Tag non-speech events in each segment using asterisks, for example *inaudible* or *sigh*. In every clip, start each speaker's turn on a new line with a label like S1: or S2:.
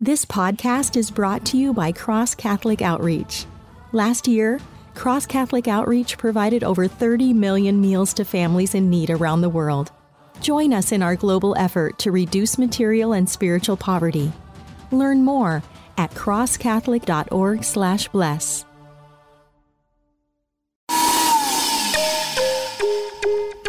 S1: This podcast is brought to you by Cross Catholic Outreach. Last year, Cross Catholic Outreach provided over 30 million meals to families in need around the world. Join us in our global effort to reduce material and spiritual poverty. Learn more at crosscatholic.org/bless.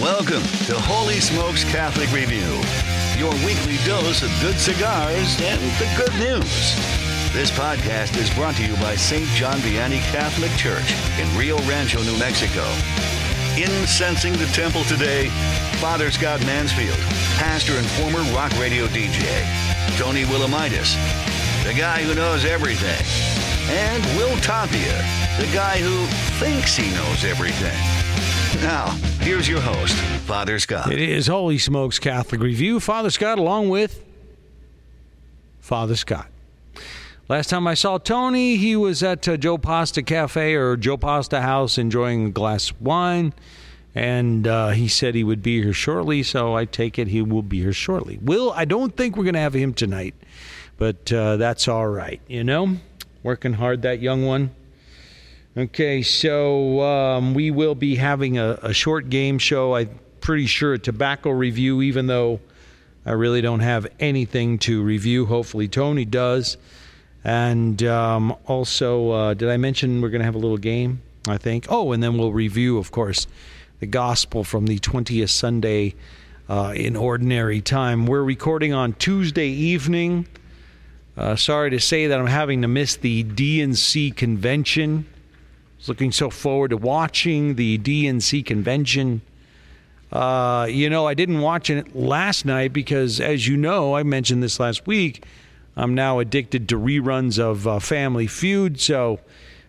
S2: Welcome to Holy Smokes Catholic Review, your weekly dose of good cigars and the good news. This podcast is brought to you by St. John Vianney Catholic Church in Rio Rancho, New Mexico. Incensing the temple today, Father Scott Mansfield, pastor and former rock radio DJ, Tony Willamitis, the guy who knows everything, and Will Tapia, the guy who thinks he knows everything. Now, here's your host, Father Scott.
S3: It is Holy Smokes Catholic Review. Father Scott, along with Father Scott. Last time I saw Tony, he was at uh, Joe Pasta Cafe or Joe Pasta House enjoying a glass of wine. And uh, he said he would be here shortly, so I take it he will be here shortly. Will, I don't think we're going to have him tonight, but uh, that's all right. You know, working hard, that young one. Okay, so um, we will be having a, a short game show. I'm pretty sure a tobacco review, even though I really don't have anything to review. Hopefully, Tony does. And um, also, uh, did I mention we're going to have a little game? I think. Oh, and then we'll review, of course, the gospel from the 20th Sunday uh, in Ordinary Time. We're recording on Tuesday evening. Uh, sorry to say that I'm having to miss the DNC convention. I was looking so forward to watching the DNC convention. Uh, you know, I didn't watch it last night because, as you know, I mentioned this last week. I'm now addicted to reruns of uh, Family Feud. So,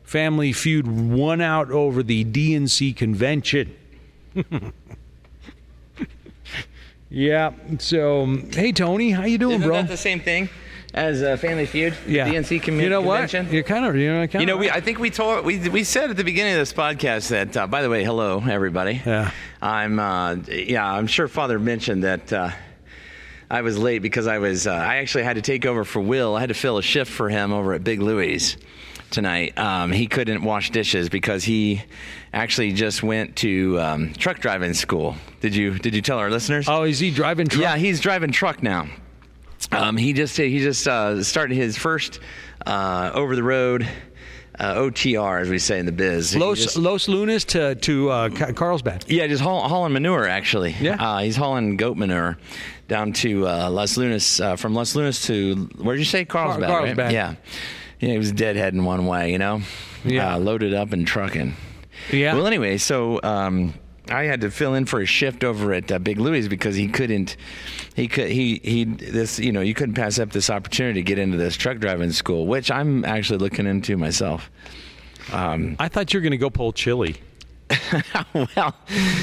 S3: Family Feud won out over the DNC convention. *laughs* yeah. So, um, hey Tony, how you doing,
S4: Isn't
S3: bro?
S4: that the same thing as uh, Family Feud?
S3: yeah.
S4: DNC commu-
S3: You know what?
S4: convention.
S3: You're kind of. You're kind
S4: You know,
S3: of
S4: we, I think we told we, we said at the beginning of this podcast that. Uh, by the way, hello everybody.
S3: Yeah.
S4: I'm. Uh, yeah, I'm sure Father mentioned that uh, I was late because I was. Uh, I actually had to take over for Will. I had to fill a shift for him over at Big Louie's tonight. Um, he couldn't wash dishes because he actually just went to um, truck driving school. Did you Did you tell our listeners?
S3: Oh, is he driving truck?
S4: Yeah, he's driving truck now. Um, he just he just uh, started his first uh, over the road uh, OTR, as we say in the biz. He
S3: Los
S4: just-
S3: Los Lunas to to uh, Ca- Carlsbad.
S4: yeah, just haul, hauling manure actually.
S3: Yeah.
S4: uh, he's hauling goat manure down to uh, Las Lunas uh, from Las Lunas to where did you say Carlsbad? right?
S3: Carlsbad.
S4: Yeah, yeah, he was deadheading one way, you know.
S3: Yeah.
S4: uh, loaded up and trucking.
S3: Yeah.
S4: Well, anyway, so um, I had to fill in for a shift over at uh, Big Louie's because he couldn't. He could. He he. This you know you couldn't pass up this opportunity to get into this truck driving school, which I'm actually looking into myself.
S3: *laughs* I thought you were going to go pull chili.
S4: well,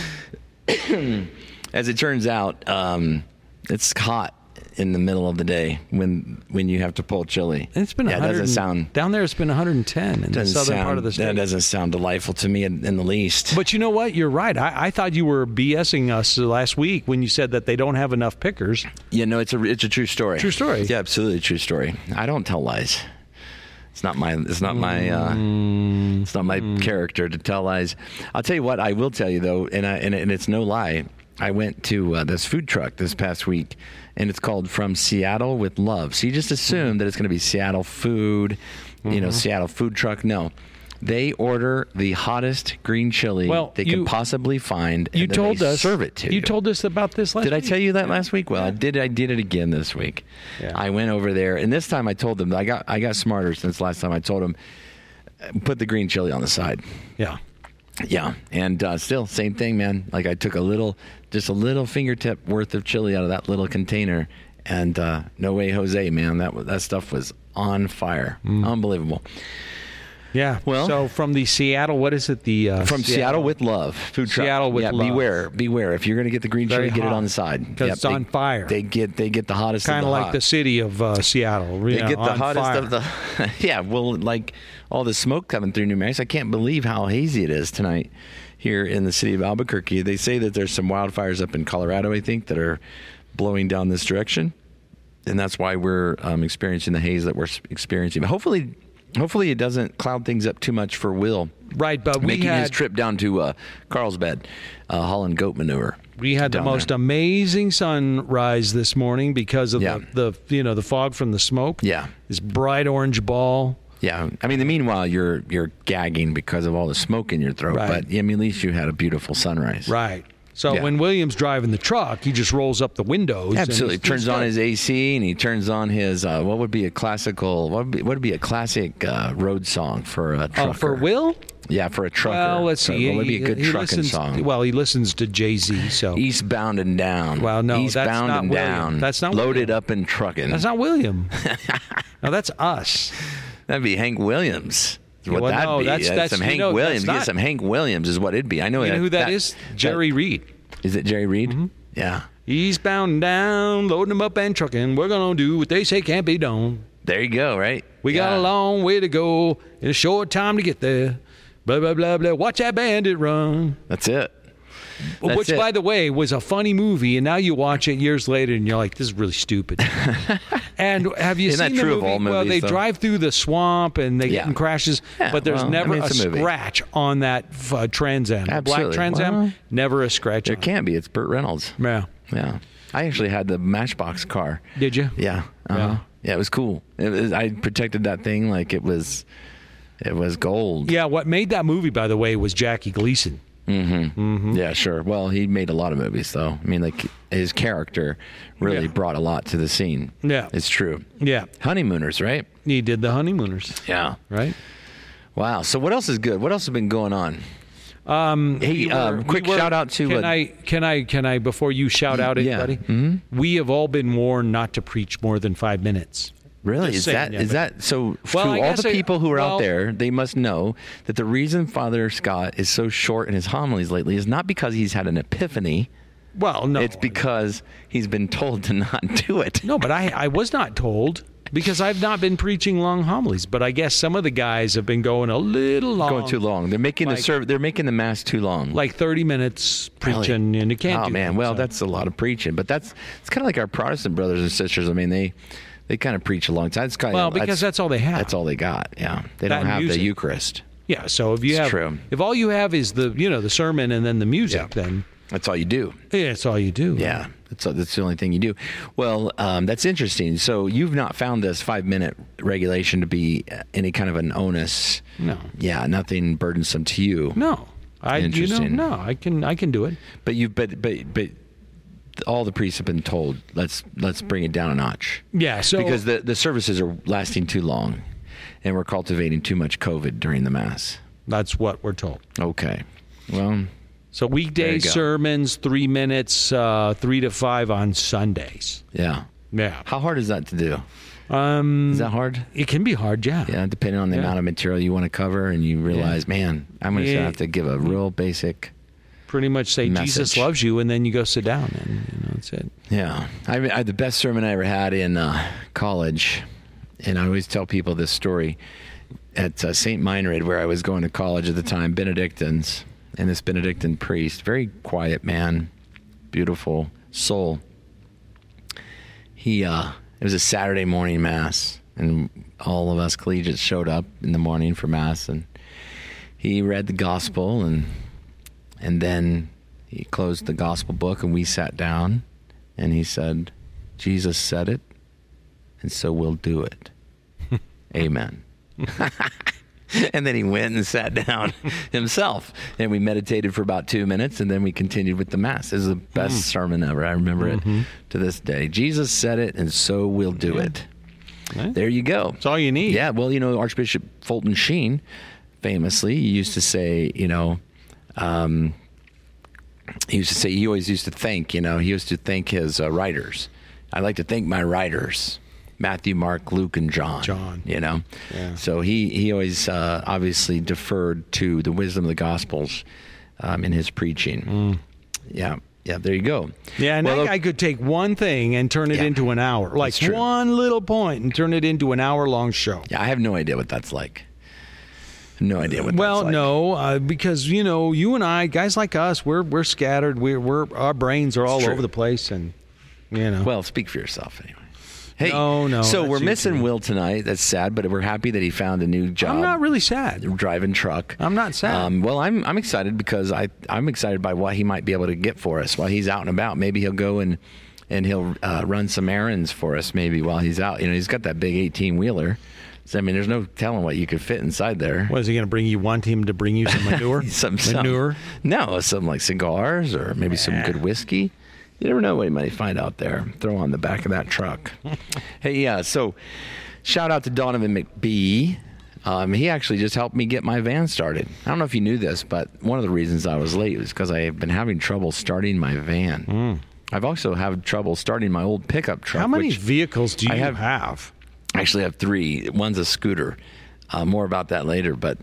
S4: *coughs* as it turns out, um, it's hot in the middle of the day when when you have to pull chili.
S3: It's been
S4: yeah,
S3: 100
S4: doesn't sound
S3: down there. It's been 110 in the
S4: doesn't
S3: southern
S4: sound
S3: part of the state.
S4: that doesn't sound delightful to me in, in the least.
S3: But you know what? You're right. I, I thought you were BSing us last week when you said that they don't have enough pickers.
S4: Yeah, no, it's a it's a true story.
S3: True story.
S4: Yeah, absolutely true story. I don't tell lies. It's not my it's not my uh,
S3: Mm.
S4: it's not my character to tell lies. I'll tell you what I will tell you though, and I, and, and it's no lie. I went to uh, this food truck this past week, and it's called From Seattle with Love. So you just assume that it's going to be Seattle food, you
S3: Mm-hmm.
S4: know, Seattle food truck. No. They order the hottest green chili
S3: Well,
S4: they
S3: you-
S4: can possibly find. and
S3: You
S4: then
S3: told
S4: they
S3: us.
S4: serve it to you.
S3: You told us about this last.
S4: Did I
S3: week.
S4: tell you that last week? Well, I did. I did it again this week.
S3: Yeah.
S4: I went over there, and this time I told them I uh, got I got smarter since last time. I told them put the green chili on the side.
S3: Yeah.
S4: Yeah, and uh, still same thing, man. Like I took a little, just a little fingertip worth of chili out of that little container, and uh, no way, Jose, man, that wa- that stuff was on fire,
S3: Mm.
S4: unbelievable.
S3: Yeah.
S4: Well-
S3: so from the Seattle, what is it? The uh,
S4: From Seattle, with love, food truck.
S3: Seattle with
S4: yeah,
S3: love.
S4: Beware, beware. If you're gonna get the green
S3: Very
S4: chili, get it
S3: hot.
S4: on the side
S3: 'Cause it's on
S4: they-
S3: fire.
S4: They get they get the hottest.
S3: kind of
S4: of the
S3: like
S4: hot.
S3: the city of uh, Seattle.
S4: They get the hottest of the. *laughs* yeah, well, like all the smoke coming through New Mexico. I can't believe how hazy it is tonight here in the city of Albuquerque. They say that there's some wildfires up in Colorado, I think, that are blowing down this direction, and that's why we're um, experiencing the haze that we're s- experiencing. But hopefully, hopefully, it doesn't cloud things up too much for Will
S3: right, but we
S4: making his
S3: had
S4: trip down to uh, Carlsbad, uh, hauling goat manure.
S3: we had the
S4: down
S3: most
S4: there.
S3: amazing sunrise this morning because of
S4: Yeah.
S3: the, the you know the fog from the smoke.
S4: Yeah.
S3: this bright orange ball.
S4: Yeah, I mean, the meanwhile you're you're gagging because of all the smoke in your throat,
S3: Right.
S4: but I mean, at least you had a beautiful sunrise.
S3: Right. So
S4: Yeah.
S3: when Williams driving the truck, he just rolls up the windows. and
S4: Absolutely,
S3: he's- he's
S4: turns on
S3: good.
S4: his AC and he turns on his uh, what would be a classical what would be, what would be a classic uh, road song for a trucker?
S3: Oh, for Will.
S4: yeah, for a trucker.
S3: Well, let's
S4: So
S3: see.
S4: what would be
S3: He-
S4: a good
S3: he
S4: trucking
S3: listens-
S4: song?
S3: Well, he listens to Jay Z. So
S4: Eastbound and down.
S3: Well, no, that's
S4: Eastbound
S3: not
S4: and
S3: William.
S4: down.
S3: That's not
S4: loaded
S3: William.
S4: up and trucking.
S3: that's not
S4: *laughs*
S3: William. no, that's us.
S4: That'd be Hank Williams. Is what
S3: Well,
S4: that'd
S3: no,
S4: be.
S3: that's- that's-
S4: some
S3: you
S4: Hank
S3: know, that's
S4: Williams.
S3: not-
S4: yeah, some Hank Williams is what it'd be. I know,
S3: You know who that is? Jerry Mm-hmm. Reed.
S4: Is it Jerry Reed? Yeah.
S3: Eastbound and down, loading them up and trucking. We're gonna do what they say can't be done.
S4: There you go. Right.
S3: We got
S4: Yeah.
S3: a long way to go and a short time to get there. Blah blah blah blah. Watch that bandit run.
S4: That's it.
S3: Which,
S4: it.
S3: by the way, was a funny movie, and now you watch it years later, and you're like, "This is really
S4: *laughs*
S3: stupid." and have you
S4: Isn't that
S3: seen the
S4: true of
S3: movie?
S4: all
S3: well,
S4: movies,
S3: they
S4: though?
S3: drive through the swamp and they
S4: Yeah.
S3: get in crashes,
S4: Yeah,
S3: but there's
S4: well, I
S3: never
S4: mean,
S3: a,
S4: it's a movie.
S3: scratch on that uh, Trans Am, The black
S4: Absolutely.
S3: Trans Am.
S4: Well,
S3: never a scratch.
S4: There
S3: On. it.
S4: can be. It's Burt Reynolds.
S3: Yeah.
S4: Yeah. I actually had the Matchbox car.
S3: Did you?
S4: Yeah. Uh-huh. Yeah. it was cool. It was, I protected that thing like it was, it was gold.
S3: Yeah. What made that movie, by the way, was Jackie Gleason. Mm-hmm.
S4: Yeah, sure. Well, he made a lot of movies though. I mean, like his character really
S3: Yeah.
S4: brought a lot to the scene.
S3: Yeah.
S4: It's true.
S3: Yeah,
S4: Honeymooners, right?
S3: he did the Honeymooners,
S4: Yeah.
S3: right?
S4: Wow. So what else is good? What else has been going on? Um, hey,
S3: We
S4: um,
S3: were-
S4: quick
S3: we were-
S4: shout out to
S3: Can
S4: uh,
S3: I can I can I before you shout out
S4: yeah. Mm-hmm.
S3: anybody? We have all been warned not to preach more than five minutes.
S4: Really?
S3: Just
S4: Is
S3: saying,
S4: that
S3: yeah,
S4: is
S3: but-
S4: that so?
S3: Well, I
S4: to all
S3: guess
S4: the
S3: I-
S4: people who are
S3: well-
S4: out there, they must know that the reason Father Scott is so short in his homilies lately is not because he's had an epiphany.
S3: Well, no,
S4: It's because he's been told to not *laughs* do it.
S3: no, but I I was not told because I've not been preaching long homilies. But I guess some of the guys have been going a little long,
S4: Going too long. They're making the
S3: Like-
S4: serv- They're making the mass too long.
S3: like thirty minutes
S4: Really?
S3: preaching, and you can't.
S4: Oh
S3: do
S4: man,
S3: that,
S4: well
S3: so.
S4: that's a lot of preaching, but that's it's kind of like our Protestant brothers and sisters. I mean they they kind of preach a long time. It's kind
S3: Well,
S4: of,
S3: because that's all they have.
S4: That's all they got. Yeah, they
S3: That
S4: don't
S3: and
S4: have the
S3: music.
S4: Eucharist.
S3: yeah. So if you
S4: It's
S3: have,
S4: true.
S3: if all you have is the you know the sermon and then the music, then
S4: That's all you do.
S3: yeah, it's all you do.
S4: Yeah, that's that's the only thing you do. Well, um, that's interesting. So you've not found this five minute regulation to be uh, any kind of an onus.
S3: No.
S4: Yeah, nothing burdensome to you.
S3: No, I you know
S4: Interesting.
S3: no, I can I can do it.
S4: But you but but but all the priests have been told let's let's bring it down a notch.
S3: Yeah. So
S4: because the the services are lasting too long, and we're cultivating too much COVID during the mass.
S3: that's what we're told.
S4: Okay. Well,
S3: So
S4: There
S3: weekday
S4: you go.
S3: sermons, three minutes, uh, three to five on Sundays.
S4: yeah.
S3: Yeah,
S4: How hard is that to do? Um, is that hard?
S3: it can be hard. Yeah,
S4: Yeah, depending on the
S3: Yeah.
S4: amount of material you want to cover, and you realize, man, I'm going to
S3: Yeah.
S4: have to give a real basic.
S3: pretty much say Jesus
S4: Message.
S3: loves you, and then you go sit down, and you know that's it.
S4: Yeah, I, I the best sermon I ever had in uh, college, and I always tell people this story at uh, St. Meinrad, where I was going to college at the time, Benedictines, and this Benedictine priest, very quiet man, beautiful soul. He uh, it was a Saturday morning mass, and all of us collegiates showed up in the morning for mass, and he read the gospel and and then he closed the gospel book and we sat down and he said, Jesus said it, and so we'll do it. Amen. *laughs* and then he went and sat down *laughs* himself. And we meditated for about two minutes and then we continued with the Mass. It was the best sermon ever. I remember it to this day. Jesus said it, and so we'll do it.
S3: Right.
S4: There you go.
S3: That's all you need.
S4: Yeah, well, you know, Archbishop Fulton Sheen famously used to say, you know, Um, he used to say he always used to thank you know he used to thank his uh, writers i like to thank my writers matthew mark luke and john
S3: John.
S4: you know so he he always uh, obviously deferred to the wisdom of the gospels um, in his preaching yeah yeah there you go
S3: Mm. Yeah, and
S4: Well,
S3: I, I could take one thing and turn it
S4: Yeah.
S3: into an hour, like
S4: That's true.
S3: one little point, and turn it into an hour-long show.
S4: yeah i have no idea what that's like no idea what
S3: Well,
S4: that's like.
S3: no, uh, because you know, you and I, guys like us, we're we're scattered. We're we're our brains are all
S4: true.
S3: over the place, and you know,
S4: Well, speak for yourself anyway. Hey,
S3: No, no,
S4: So
S3: that's
S4: we're
S3: you
S4: missing
S3: too.
S4: Will tonight. That's sad, but we're happy that he found a new job.
S3: I'm not really sad.
S4: driving truck.
S3: I'm not sad.
S4: Um, well, I'm I'm excited because I I'm excited by what he might be able to get for us while he's out and about. Maybe he'll go and and he'll uh, run some errands for us. Maybe while he's out, you know, he's got that big 18 wheeler. So I mean, there's no telling what you could fit inside there.
S3: What is he going to bring you? Want him to bring you
S4: *laughs*
S3: some manure?
S4: Some some-
S3: manure.
S4: no, some like cigars or maybe some good whiskey. You never know what you might find out there. Throw on the back of that
S3: *laughs*
S4: truck. hey, yeah. So, shout out to Donovan McBee. Um, he actually just helped me get my van started. I don't know if you knew this, but one of the reasons I was late was because I have been having trouble starting my van. I've also had trouble starting my old pickup truck.
S3: Hmm. How many
S4: which-
S3: vehicles do you
S4: I have-
S3: have?
S4: I actually have three. One's a scooter. Uh, more about that later, but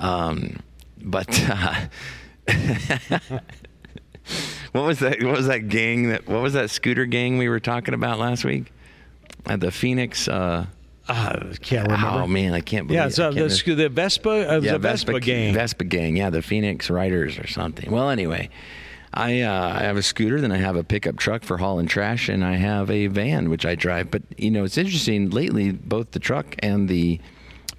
S4: um, but uh, *laughs* what was that? What was that gang? That what was that scooter gang we were talking about last week at the Phoenix? Uh,
S3: Uh, can't remember.
S4: oh man, I can't believe.
S3: yeah, so
S4: I
S3: the,
S4: can't
S3: sc- the Vespa, uh, the Vespa, game.
S4: Vespa gang, yeah, the Phoenix Riders or something. Well, anyway, I uh, I have a scooter, then I have a pickup truck for hauling trash, and I have a van which I drive. But you know, it's interesting lately. Both the truck and the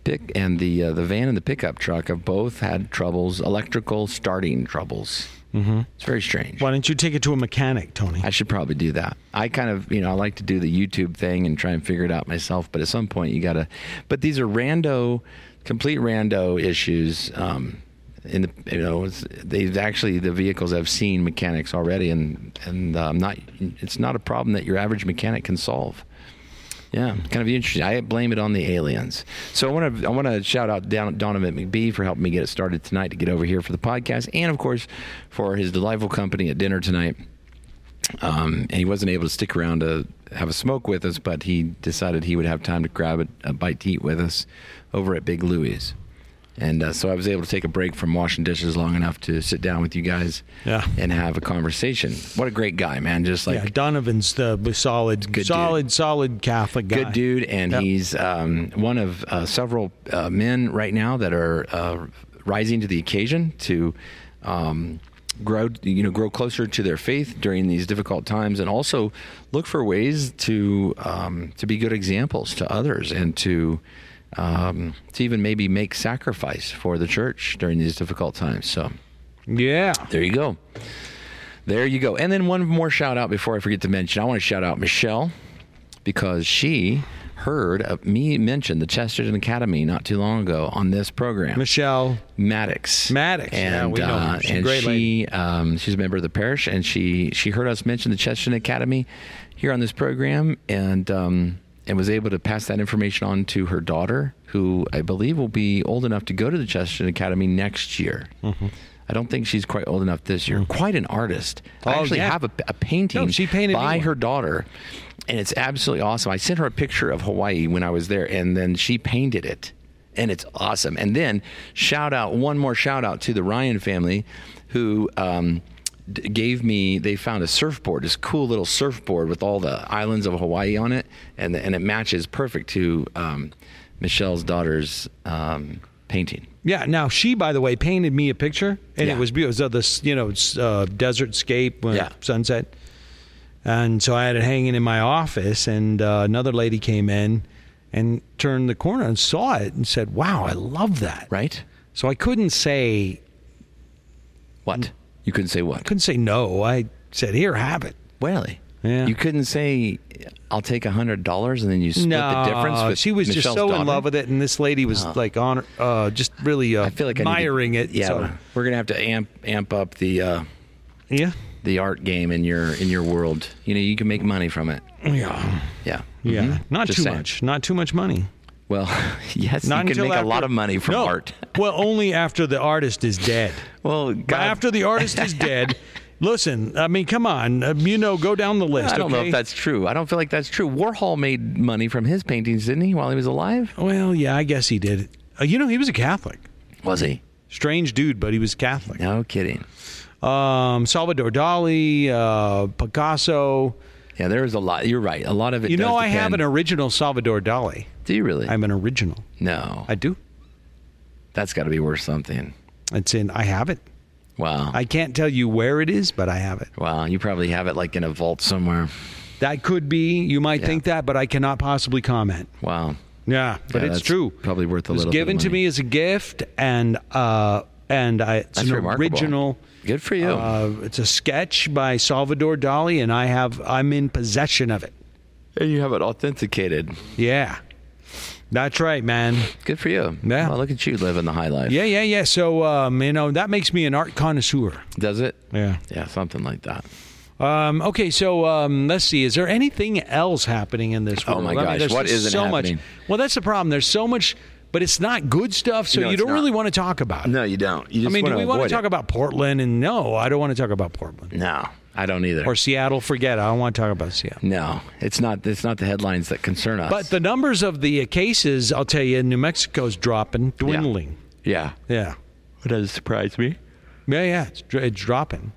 S4: pick and the uh, the van and the pickup truck have both had troubles, electrical starting troubles. Mm-hmm. It's very strange.
S3: Why don't you take it to a mechanic, Tony?
S4: I should probably do that. I kind of, you know, I like to do the YouTube thing and try and figure it out myself. But at some point, you gotta. But these are rando, complete rando issues. Um, in the, you know, it's, they've actually the vehicles have seen mechanics already, and and um, not. It's not a problem that your average mechanic can solve. Yeah, kind of interesting. I blame it on the aliens. So I want to I want to shout out Don- Donovan McBee for helping me get it started tonight to get over here for the podcast, and of course for his delightful company at dinner tonight. Um, and he wasn't able to stick around to have a smoke with us, but he decided he would have time to grab a, a bite to eat with us over at Big Louie's. And uh, so I was able to take a break from washing dishes long enough to sit down with you guys
S3: Yeah.
S4: and have a conversation. What a great guy, man! Just like
S3: yeah, Donovan's the b- solid,
S4: Good
S3: solid, solid Catholic guy.
S4: good dude, and
S3: Yep.
S4: he's um, one of uh, several uh, men right now that are uh, rising to the occasion to um, grow, you know, grow closer to their faith during these difficult times, and also look for ways to um, to be good examples to others and to. Um, to even maybe make sacrifice for the church during these difficult times. So
S3: Yeah.
S4: there you go. There you go. And then one more shout out before I forget to mention. I want to shout out Michelle because she heard of me mention the Chesterton Academy not too long ago on this program.
S3: Michelle,
S4: Maddox.
S3: Maddox.
S4: And,
S3: Yeah, we know
S4: uh,
S3: her. She's a
S4: and
S3: great
S4: she, um, she's a member of the parish, and she she heard us mention the Chesterton Academy here on this program, and um, and was able to pass that information on to her daughter, who I believe will be old enough to go to the Chesterton Academy next year.
S3: Mm-hmm.
S4: I don't think she's quite old enough this year. Quite an artist. I
S3: Mm. Oh,
S4: actually
S3: yeah.
S4: have a, a painting
S3: No, she painted me
S4: by
S3: one.
S4: her daughter, and it's absolutely awesome. I sent her a picture of Hawaii when I was there, and then she painted it, and it's awesome. And then shout out one more shout out to the Ryan family, who. Um, d- Gave me, they found a surfboard, this cool little surfboard with all the islands of Hawaii on it, and and it matches perfect to um, Michelle's daughter's um, painting.
S3: Yeah. Now she, by the way, painted me a picture, and
S4: Yeah.
S3: it was beautiful. It was of this, you know, s- uh, desert scape, uh,
S4: Yeah.
S3: sunset. And so I had it hanging in my office, and uh, another lady came in and turned the corner and saw it and said, "Wow, I love that."
S4: Right?
S3: So I couldn't say,
S4: What? You couldn't say what?
S3: couldn't say no. I said, "Here, have it."
S4: Really?
S3: Yeah.
S4: You couldn't say, "I'll take a hundred dollars," and then you split
S3: no,
S4: the difference. With
S3: she was
S4: Michelle's
S3: just so
S4: daughter?
S3: in love with it, and this lady was like honor, uh, just really uh,
S4: I feel like I need to-
S3: admiring it.
S4: Yeah,
S3: so-
S4: we're- we're gonna have to amp amp up the uh,
S3: yeah,
S4: the art game in your in your world. You know, you can make money from it.
S3: yeah,
S4: Yeah.
S3: yeah.
S4: Mhm.
S3: Not
S4: Just
S3: too
S4: saying.
S3: much, not too much money.
S4: Well, *laughs* yes,
S3: Not
S4: you can
S3: until
S4: make
S3: after-
S4: a lot of money from
S3: No.
S4: art.
S3: *laughs* Well, only after the artist is dead.
S4: Well,
S3: But
S4: God,
S3: after the artist is dead,
S4: *laughs*
S3: listen. I mean, come on. Um, you know, go down the list.
S4: I don't know
S3: okay?
S4: if that's true. I don't feel like that's true. Warhol made money from his paintings, didn't he, while he was alive?
S3: Well, yeah, I guess he did. Uh, you know, he was a Catholic.
S4: Was he?
S3: Strange dude, but he was Catholic.
S4: No kidding.
S3: Um, Salvador Dali, uh, Picasso.
S4: Yeah, there was a lot. You're right. A lot of it.
S3: You
S4: does
S3: know, I have
S4: depend.
S3: an original Salvador Dali.
S4: Do you really?
S3: I'm an original.
S4: no,
S3: I do.
S4: that's got to be worth something.
S3: It's in. I have it.
S4: Wow.
S3: I can't tell you where it is, but I have it.
S4: wow. You probably have it like in a vault somewhere.
S3: That could be. You might think that, but I cannot possibly comment.
S4: Wow.
S3: Yeah, but
S4: Yeah,
S3: it's
S4: that's
S3: true.
S4: probably worth
S3: it
S4: a
S3: was
S4: little bit of
S3: given to
S4: money.
S3: me as a gift, and uh, and I, it's
S4: That's
S3: an
S4: remarkable.
S3: original.
S4: Good for you.
S3: Uh, it's a sketch by Salvador Dali, and I have I'm in possession of it.
S4: and you have it authenticated.
S3: Yeah, that's right, man.
S4: Good for you.
S3: Yeah.
S4: Well, look at you living the high life.
S3: Yeah, yeah, yeah. So um, you know that makes me an art connoisseur.
S4: Does it?
S3: Yeah.
S4: Yeah, something like that.
S3: Um, okay, so um, let's see. Is there anything else happening in this
S4: Oh
S3: world?
S4: my
S3: I mean,
S4: gosh,
S3: there's
S4: what
S3: just
S4: isn't
S3: so
S4: happening?
S3: much? Well, that's the problem. There's so much, but it's not good stuff. So
S4: No,
S3: you
S4: it's
S3: don't really
S4: not.
S3: want to talk about. it.
S4: No, you don't. You just
S3: I mean, do
S4: wanna
S3: we want to
S4: avoid
S3: talk
S4: it.
S3: about Portland? And no, I don't want to talk about Portland
S4: No, I don't either.
S3: or Seattle. Forget. It. I don't want to talk about Seattle.
S4: no, it's not. It's not the headlines that concern us.
S3: But the numbers of the uh, cases, I'll tell you, in New Mexico's dropping,
S4: Yeah.
S3: dwindling.
S4: yeah,
S3: Yeah,
S4: it does surprise me.
S3: yeah, yeah. It's, dr- it's dropping.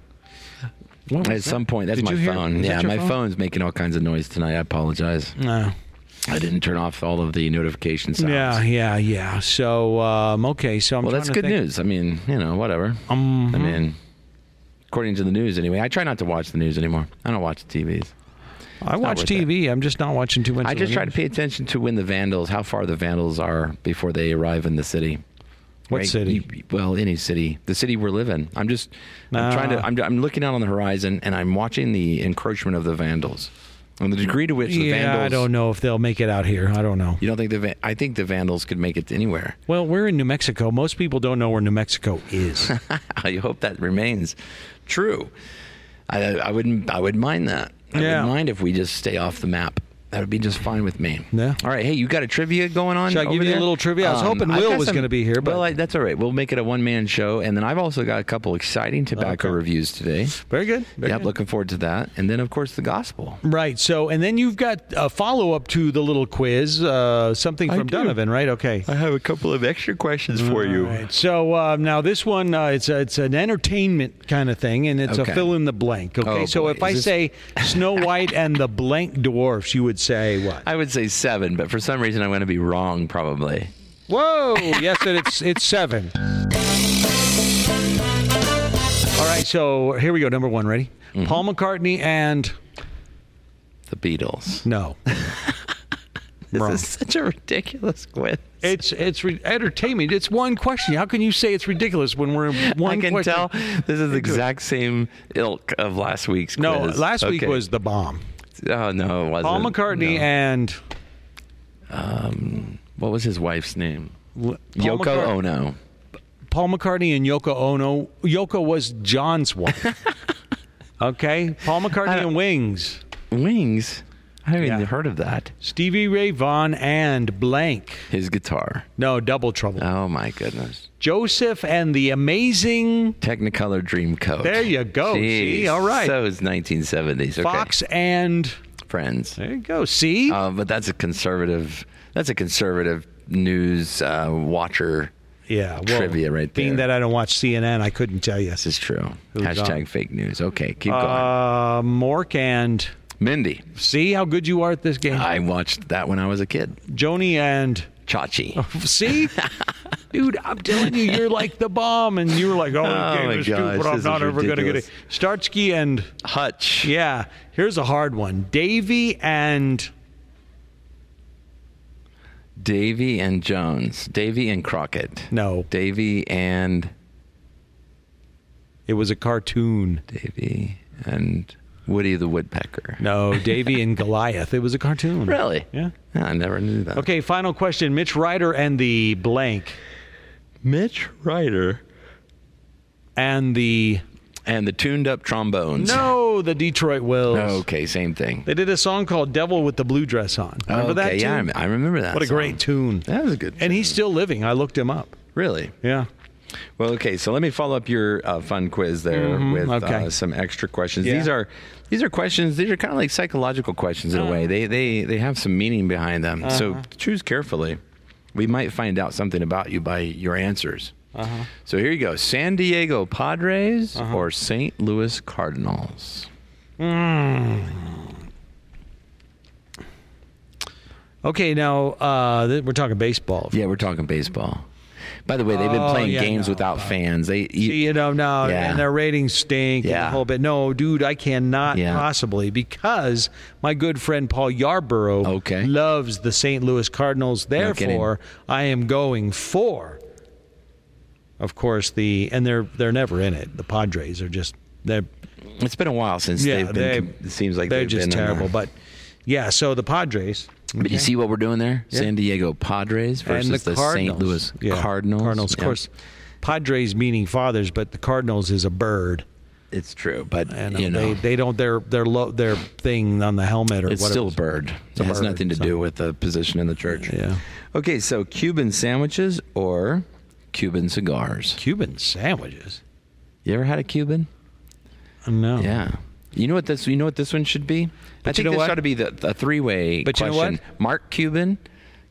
S3: What
S4: At
S3: was
S4: some
S3: that?
S4: point, that's
S3: Did
S4: my
S3: you hear-
S4: phone.
S3: is that
S4: Yeah,
S3: your
S4: my
S3: phone?
S4: phone's making all kinds of noise tonight. I apologize.
S3: No.
S4: I didn't turn off all of the notification sounds.
S3: Yeah, yeah, yeah. So, um, okay. So I'm
S4: Well,
S3: trying
S4: that's
S3: to
S4: good
S3: think. Um, hmm.
S4: news. I mean, you know, whatever. I mean, according to the news, anyway. I try not to watch the news anymore. I don't watch the TVs.
S3: I watch
S4: worth
S3: TV. I'm just not watching too much.
S4: I
S3: of
S4: just
S3: the
S4: try to
S3: news.
S4: pay attention to when the vandals, how far the vandals are before they arrive in the city.
S3: What
S4: Right?
S3: city?
S4: You- you- well, any city, the city we're living. I'm just, I'm trying to,
S3: Ah.
S4: I'm, I'm looking out on the horizon and I'm watching the encroachment of the vandals and the degree to which the
S3: yeah,
S4: vandals.
S3: I don't know if they'll make it out here. I don't know.
S4: You don't think the? va- I think the vandals could make it to anywhere.
S3: Well, we're in New Mexico. Most people don't know where New Mexico
S4: *laughs*
S3: is.
S4: I hope that remains true. I, I wouldn't. I would mind that. I
S3: Yeah.
S4: would mind if we just stay off the map. That would be just fine with me.
S3: Yeah.
S4: All right. Hey, you got a trivia going on?
S3: Shall I give
S4: over
S3: you a
S4: there? Um,
S3: little trivia? I was hoping
S4: I've
S3: Will
S4: got
S3: was
S4: some-
S3: gonna be here, but-
S4: well, I, that's all right. We'll make it a one-man show, and then I've also got a couple exciting tobacco
S3: Okay.
S4: reviews today.
S3: Very good. Very
S4: Yep,
S3: good.
S4: looking forward to that, and then of course the gospel.
S3: Right. So, and then you've got a follow up to the little quiz, uh, something
S4: I
S3: from
S4: do.
S3: Donovan, right? Okay.
S4: I have a couple of extra questions for you.
S3: All right. So uh, now this one, uh, it's a, it's an entertainment kind of thing, and it's
S4: Okay.
S3: a fill in the blank. Okay.
S4: Oh,
S3: so
S4: boy.
S3: if
S4: Is
S3: I
S4: this-
S3: say Snow White and the Blank Dwarfs, you would say what?
S4: I would say seven, but for some reason I'm going to be wrong probably.
S3: Whoa! yes, and it's it's seven. All right. So here we go. Number one. Ready?
S4: Mm-hmm.
S3: Paul McCartney and
S4: The Beatles.
S3: no.
S4: *laughs* This
S3: Wrong.
S4: is such a ridiculous quiz.
S3: It's it's re- entertainment. It's one question. How can you say it's ridiculous when *laughs* we're in one?
S4: I can
S3: question?
S4: tell this is the exact same ilk of last week's
S3: No,
S4: quiz.
S3: last week
S4: Okay.
S3: was the bomb.
S4: Oh, no, it wasn't.
S3: Paul McCartney
S4: No.
S3: and
S4: What was his wife's name?
S3: Paul
S4: Yoko
S3: McCart-
S4: Ono.
S3: Paul McCartney and Yoko Ono. Yoko was John's wife. *laughs* okay, Paul McCartney and Wings,
S4: Wings? I haven't
S3: Yeah.
S4: even heard of that.
S3: Stevie Ray Vaughan and blank.
S4: His guitar.
S3: No, double trouble.
S4: Oh, my goodness.
S3: Joseph and the amazing
S4: Technicolor Dreamcoat.
S3: There you go. See?
S4: Jeez.
S3: All right.
S4: So it's 1970s. Okay.
S3: Fox and
S4: Friends.
S3: there you go. Oh. See,
S4: Uh, but that's a conservative. That's a conservative news uh, watcher.
S3: yeah, well,
S4: trivia right
S3: Being
S4: there.
S3: that I don't watch CNN, I couldn't tell you.
S4: This is true.
S3: Who's
S4: Hashtag
S3: on?
S4: fake news. Okay, keep going.
S3: Uh, Mork and
S4: Mindy.
S3: see how good you are at this game.
S4: I watched that when I was a kid.
S3: Joni and
S4: Chachi.
S3: Oh,
S4: *laughs*
S3: see, dude, I'm telling you, you're like the bomb, and you were like, "Oh,
S4: Oh,
S3: this game
S4: my
S3: is
S4: gosh,
S3: stupid.
S4: this
S3: I'm
S4: is
S3: not ever going to get
S4: ridiculous.
S3: it." Starsky and
S4: Hutch.
S3: yeah, here's a hard one. Davy and
S4: Davy and Jones. Davy and Crockett.
S3: no,
S4: Davy and
S3: it was a cartoon.
S4: Davy and Woody the Woodpecker.
S3: No, Davy and Goliath. It was a cartoon.
S4: Really?
S3: Yeah.
S4: No, I never knew that.
S3: Okay, final question. Mitch Ryder and the blank
S4: Mitch Ryder.
S3: and the
S4: *laughs* And the tuned up trombones.
S3: no, Oh, the Detroit Wills.
S4: Okay, same thing.
S3: They did a song called "Devil with the Blue Dress On." Remember that?
S4: okay, yeah, I
S3: tune?
S4: rem- I remember that.
S3: What a
S4: song.
S3: great tune.
S4: That was a good.
S3: And he's still living. I looked him up.
S4: really
S3: Yeah.
S4: well. Okay, so let me follow up your uh, fun quiz there with
S3: Mm-hmm, okay.
S4: uh, some extra questions.
S3: Yeah.
S4: These are these are questions. These are kind of like psychological questions in a
S3: Uh-huh.
S4: way. They they they have some meaning behind them. So choose carefully. We might find out something about you by your answers.
S3: Uh-huh.
S4: So here you go: San Diego Padres or St. Louis Cardinals.
S3: Okay, now uh, th- we're talking baseball.
S4: Yeah, we're talking baseball. By the way, they've been
S3: Oh,
S4: playing
S3: yeah,
S4: games
S3: no,
S4: without fans. They
S3: See, you know, no,
S4: Yeah.
S3: and their ratings stink and the
S4: Yeah.
S3: whole bit. No, dude, I cannot
S4: Yeah.
S3: possibly because my good friend Paul Yarborough
S4: Okay.
S3: loves the St. Louis Cardinals.
S4: kidding.
S3: Therefore, I am going for, of course, the and they're they're never in it. The Padres are just they're
S4: It's been a while since
S3: yeah
S4: they've
S3: they
S4: been. it seems like
S3: they're
S4: they've
S3: just
S4: been uh, in
S3: terrible.
S4: the-
S3: But yeah, so the Padres
S4: but you see what we're doing there? San Diego Padres versus
S3: and the,
S4: the,
S3: Cardinals.
S4: St. Louis
S3: Yeah,
S4: Cardinals.
S3: Cardinals, of
S4: Yeah.
S3: course. Padres meaning fathers, but the Cardinals is a bird.
S4: It's true, but
S3: And uh,
S4: you know,
S3: they, they don't their their lo, their thing on the helmet or
S4: it's
S3: whatever.
S4: still a bird.
S3: a
S4: it has
S3: bird,
S4: nothing to
S3: so-
S4: do with the position in the church.
S3: Yeah.
S4: Okay, so Cuban sandwiches or Cuban cigars.
S3: Cuban sandwiches.
S4: You ever had a Cuban?
S3: No.
S4: Yeah. You know what this? You know what this one should be? I
S3: But
S4: think
S3: you know
S4: this
S3: what?
S4: ought to be the, the three-way
S3: But you know
S4: question. what? Mark Cuban,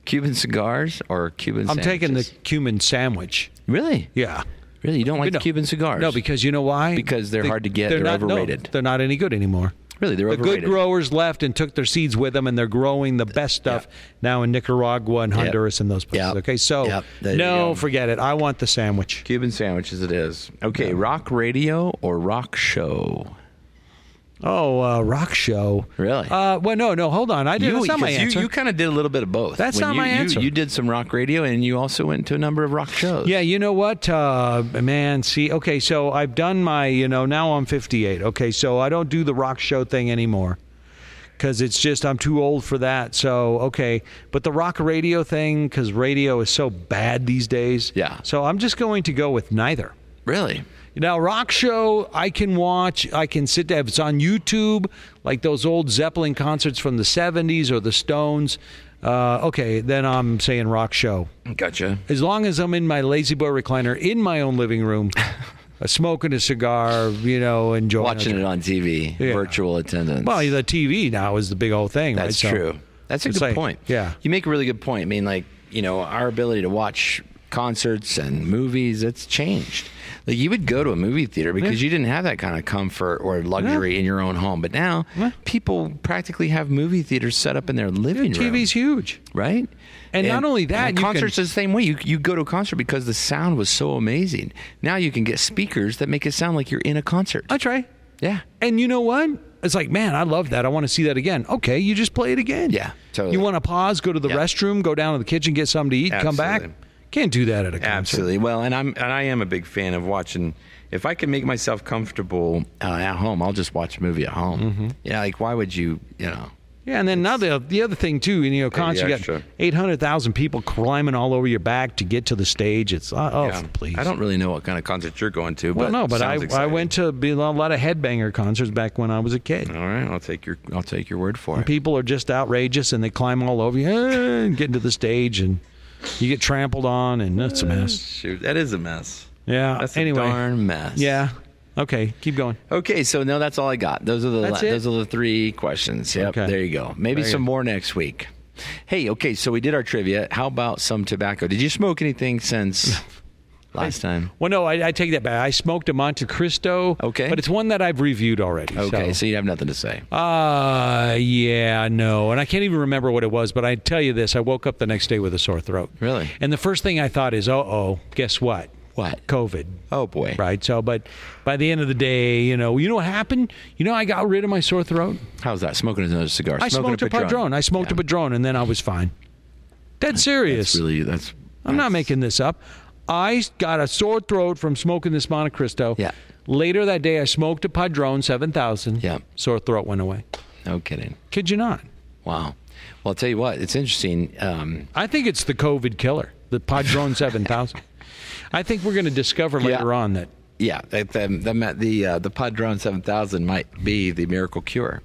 S4: Cuban cigars, or Cuban.
S3: I'm taking the
S4: sandwiches?
S3: Cuban sandwich.
S4: Really?
S3: Yeah.
S4: Really? You don't like
S3: No.
S4: Cuban cigars?
S3: No, because you know why?
S4: Because they're hard to get, they're
S3: not- no,
S4: overrated.
S3: they're not any good anymore.
S4: Really, they're
S3: the
S4: overrated.
S3: good growers left and took their seeds with them, and they're growing the best stuff now in Nicaragua and Honduras and those places.
S4: Yep.
S3: Okay, so
S4: Yep. There you
S3: no,
S4: go.
S3: forget it. I want the sandwich.
S4: Cuban sandwiches it is. Okay, rock radio or rock show?
S3: Oh, uh, rock show.
S4: Really?
S3: Uh, well, no, no. Hold on. I did. That's not my
S4: 'cause you-
S3: answer.
S4: You, kind of did a little bit of both.
S3: That's not
S4: you,
S3: my
S4: you-
S3: answer.
S4: You, did some rock radio and you also went to a number of rock shows.
S3: Yeah, you know what, uh, man. See, okay, so I've done my, you know, now I'm 58. Okay, so I don't do the rock show thing anymore because it's just I'm too old for that. So okay, but the rock radio thing because radio is so bad these days.
S4: Yeah.
S3: So I'm just going to go with neither.
S4: Really?
S3: Now, rock show I can watch. I can sit there. If it's on YouTube, like those old Zeppelin concerts from the 70s or the Stones. Uh, okay, then I'm saying rock show.
S4: Gotcha.
S3: As long as I'm in my lazy boy recliner in my own living
S4: *laughs*
S3: room, uh, smoking a cigar, you know, enjoying
S4: Watching
S3: a-
S4: it on TV,
S3: Yeah.
S4: virtual attendance.
S3: Well, the TV now is the big old thing. right?
S4: That's
S3: So-
S4: true. That's a
S3: it's
S4: good
S3: like-
S4: point.
S3: yeah.
S4: You make a really good point. I mean, like, you know, our ability to watch concerts and movies, it's changed. Like, you would go to a movie theater because you didn't have that kind of comfort or luxury in your own home. But now
S3: Yeah.
S4: people practically have movie theaters set up in their living room.
S3: TV's huge.
S4: right?
S3: And not only that,
S4: and
S3: you
S4: concerts
S3: can-
S4: are the same way. You you go to a concert because the sound was so amazing. Now you can get speakers that make it sound like you're in a concert.
S3: I try.
S4: yeah,
S3: And you know what? It's like, man, I love that. I want to see that again. Okay, you just play it again.
S4: Yeah, totally.
S3: You want to pause, go to the
S4: Yeah.
S3: restroom, go down to the kitchen, get something to eat, come back.
S4: Absolutely.
S3: Can't do that at a concert.
S4: absolutely. Well, and I'm and I am a big fan of watching. If I can make myself comfortable uh, at home, I'll just watch a movie at home.
S3: Mm-hmm.
S4: Yeah, like why would you? You know,
S3: Yeah, and then now the the other thing too, you know, concert you got
S4: extra.
S3: eight hundred thousand people climbing all over your back to get to the stage. It's uh, oh,
S4: Yeah.
S3: please.
S4: I don't really know what kind of concert you're going to.
S3: Well,
S4: but
S3: no, but I,
S4: sounds
S3: I
S4: exciting.
S3: went to be- a lot of headbanger concerts back when I was a kid.
S4: All right, I'll take your I'll take your word for it.
S3: People are just outrageous and they climb all over you eh, and get into the stage and you get trampled on and that's a mess.
S4: Shoot, that is a mess.
S3: Yeah.
S4: That's
S3: Uh, anyway.
S4: a darn mess.
S3: Yeah. Okay. Keep going.
S4: Okay, so no, that's all I got. Those are the
S3: That's it?
S4: those are the three questions. Yep,
S3: Okay.
S4: there you go. Maybe some more next week. Hey, okay, so we did our trivia. How about some tobacco? Did you smoke
S3: *laughs*
S4: anything since last time?
S3: Well, no, I, I take that back. I smoked a Monte Cristo.
S4: Okay.
S3: But it's one that I've reviewed already.
S4: Okay,
S3: so-
S4: so you have nothing to say.
S3: Uh, yeah, no. And I can't even remember what it was, but I tell you this I woke up the next day with a sore throat.
S4: Really?
S3: And the first thing I thought is, uh oh, guess what?
S4: What?
S3: COVID.
S4: Oh boy.
S3: Right. So, but by the end of the day, you know, you know what happened? You know, I got rid of my sore throat.
S4: How's that? Smoking another cigar.
S3: I
S4: Smoking
S3: smoked a Padron. I smoked
S4: Yeah.
S3: a Padron, and then I was fine. Dead serious.
S4: That's really that's
S3: I'm not making this up. I got a sore throat from smoking this Monte Cristo.
S4: Yeah.
S3: Later that day, I smoked a Padron 7000.
S4: Yeah.
S3: Sore throat went away.
S4: no kidding.
S3: Kid you not.
S4: Wow. Well I'll tell you what, it's interesting. Um
S3: I think it's
S4: *laughs*
S3: the COVID killer, the Padron 7000. I think we're going to discover
S4: Yeah.
S3: later on that
S4: yeah, the the the, uh, the Padron Seven Thousand might be the miracle cure.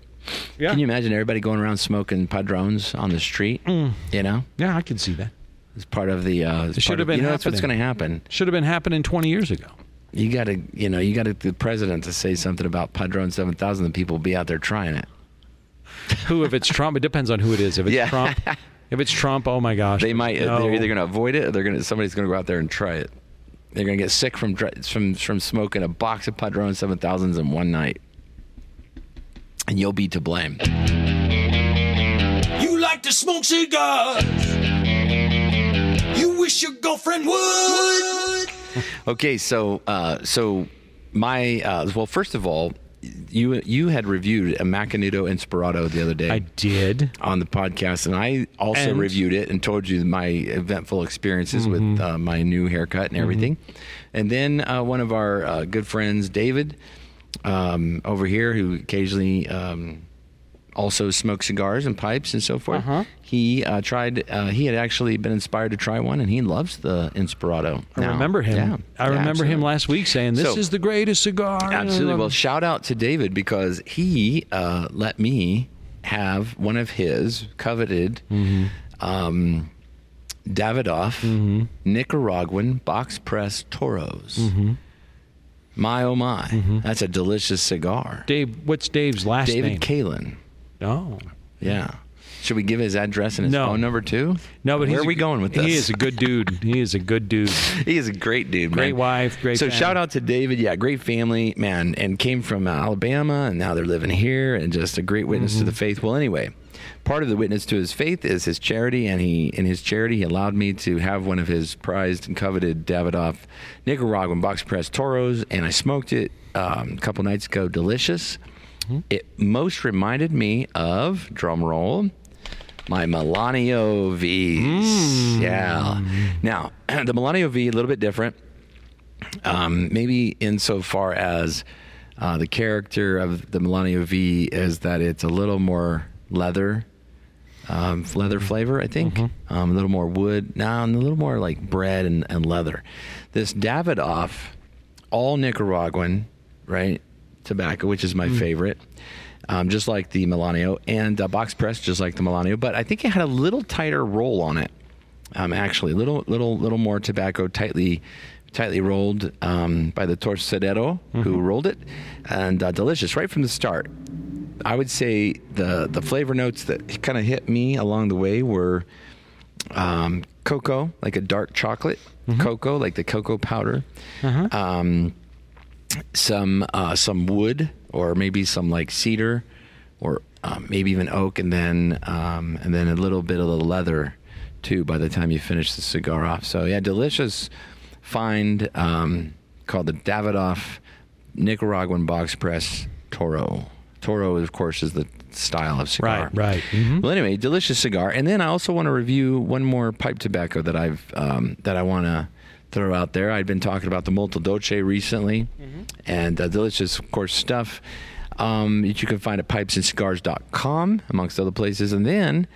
S3: Yeah.
S4: Can you imagine everybody going around smoking padrones on the street? You know,
S3: Yeah, I can see that.
S4: it's part of the. Uh, it's
S3: Mm. It should
S4: part
S3: have
S4: of-
S3: been
S4: You know, that's what's going
S3: happening.
S4: to happen.
S3: Should have been happening 20 years ago.
S4: You got to, you know, you got to the president to say something about Padron Seven Thousand. The people will be out there trying it.
S3: Who, if it's Trump, it depends on who it is. If it's
S4: Yeah.
S3: Trump, if it's Trump, oh my gosh.
S4: They might. uh,
S3: No.
S4: They're either going to avoid it, or they're going to. Somebody's going to go out there and try it. They're going to get sick from dr- from from smoking a box of Padron Seven Thousands in one night, and you'll be to blame.
S5: You like to smoke cigars. You wish your girlfriend would.
S4: Okay, so uh, so my uh, well, first of all, you you had reviewed a Macanudo Inspirado the other day.
S3: I did.
S4: on the podcast, and I also
S3: And-
S4: reviewed it and told you my eventful experiences with
S3: Mm-hmm.
S4: uh, my new haircut and everything. And then uh, one of our uh, good friends, David, um, over here, who occasionally um, also smokes cigars and pipes and so forth,
S3: Uh-huh.
S4: he uh, tried. Uh, he had actually been inspired to try one, and he loves the Inspirado.
S3: I remember him. I remember him last week saying, "This
S4: So-
S3: is the greatest cigar." Um,
S4: Absolutely. Well, shout out to David because he uh, let me have one of his coveted
S3: Mm-hmm.
S4: um, Davidoff Nicaraguan box press Toros.
S3: Mm-hmm.
S4: My oh my, that's a delicious cigar.
S3: Dave, what's Dave's last Mm-hmm. name?
S4: David Kalin.
S3: No,
S4: Yeah. Should we give his address and his
S3: No.
S4: phone number too?
S3: no, but
S4: where
S3: he's
S4: are
S3: a-
S4: we going with this?
S3: He is a good dude. He is a good dude.
S4: *laughs* he is a great dude.
S3: Great
S4: man.
S3: wife, great
S4: So
S3: family.
S4: shout out to David. Yeah, great family, man, and came from uh, Alabama, and now they're living here, and just a great witness
S3: Mm-hmm.
S4: to the faith. Well, anyway, part of the witness to his faith is his charity, and he in his charity he allowed me to have one of his prized and coveted Davidoff Nicaraguan box press toros, and I smoked it um, a couple nights ago. Delicious.
S3: Mm-hmm.
S4: It most reminded me of drum roll. My Melania V's. Yeah. Now, *clears throat* the Melania V, a little bit different. Um, maybe insofar as uh, the character of the Melania V is that it's a little more leather, um, leather flavor, I think. Um, a little more wood. Now, and a little more like bread and, and leather. This Davidoff, all Nicaraguan, right? Tobacco, which is my favorite. Um, just like the Milano and uh, box press, just like the Milano, but I think it had a little tighter roll on it um, actually little little little more tobacco tightly tightly rolled um, by the torcedero who rolled it and uh, delicious right from the start i would say the the flavor notes that kind of hit me along the way were um, cocoa like a dark chocolate
S3: Mm-hmm.
S4: cocoa like the cocoa powder
S3: Uh-huh.
S4: um, some uh, some wood or maybe some like cedar or um, maybe even oak and then um, and then a little bit of the leather too by the time you finish the cigar off so yeah delicious find um, called the Davidoff Nicaraguan box press Toro Toro of course is the style of cigar
S3: Right, right.
S4: well, anyway, delicious cigar. And then I also want to review one more pipe tobacco that I've um, that I want to throw out there. I've been talking about the Molto Dolce recently, and uh, delicious, of course, stuff um, that you can find at pipesandcigars.com amongst other places. And then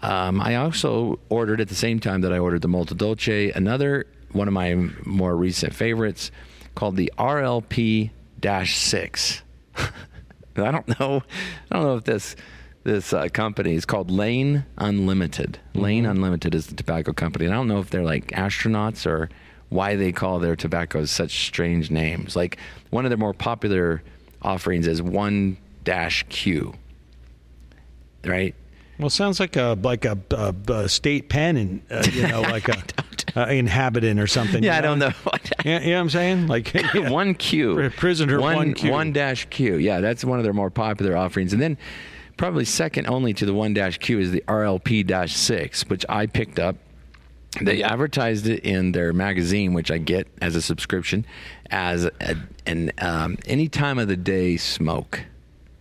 S4: um, I also ordered at the same time that I ordered the Molto Dolce another one of my more recent favorites called the RLP 6. I don't *laughs* know. I don't know if this this uh, company is called Lane Unlimited. Lane Unlimited is the tobacco company, and I don't know if they're like astronauts or why they call their tobaccos such strange names. Like one of their more popular offerings is One Dash Q, right?
S3: Well, sounds like a like a, a, a state pen and uh, you know like
S4: *laughs*
S3: a, uh inhabitant or something.
S4: Yeah,
S3: you
S4: I don't know. *laughs*
S3: Yeah, you know what I'm saying? Like yeah.
S4: one Q.
S3: Prisoner one Q.
S4: One dash Q. Yeah, that's one of their more popular offerings. And then probably second only to the one dash Q is the RLP dash six, which I picked up. They advertised it in their magazine, which I get as a subscription, as a, an um, any time of the day smoke.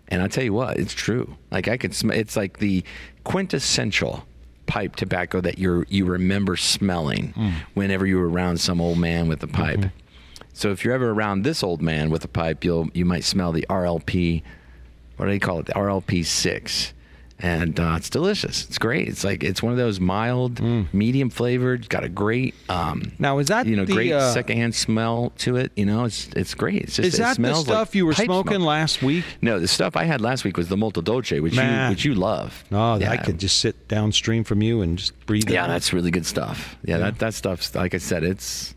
S4: And I tell you what, it's true. Like I can smell. It's like the quintessential pipe tobacco that you you remember smelling
S3: Mm.
S4: whenever you were around some old man with a pipe.
S3: Mm-hmm.
S4: So if you're ever around this old man with a pipe, you'll you might smell the RLP. What do they call it? The RLP six. and uh, it's delicious. It's great. It's like it's one of those mild, medium flavored. Got a great um,
S3: Mm. Now, is that
S4: you know
S3: the,
S4: great
S3: uh,
S4: secondhand smell to it. You know, it's it's great. It's just
S3: Is
S4: it
S3: that the
S4: smells like
S3: stuff you were
S4: pipe smoke.
S3: smoking last week?
S4: No, the stuff I had last week was the Molto Dolce, which
S3: Man.
S4: you which you love.
S3: No, I
S4: Yeah.
S3: could just sit downstream from you and just breathe. it
S4: Yeah,
S3: in.
S4: that's really good stuff. Yeah, that that stuff's like I said, it's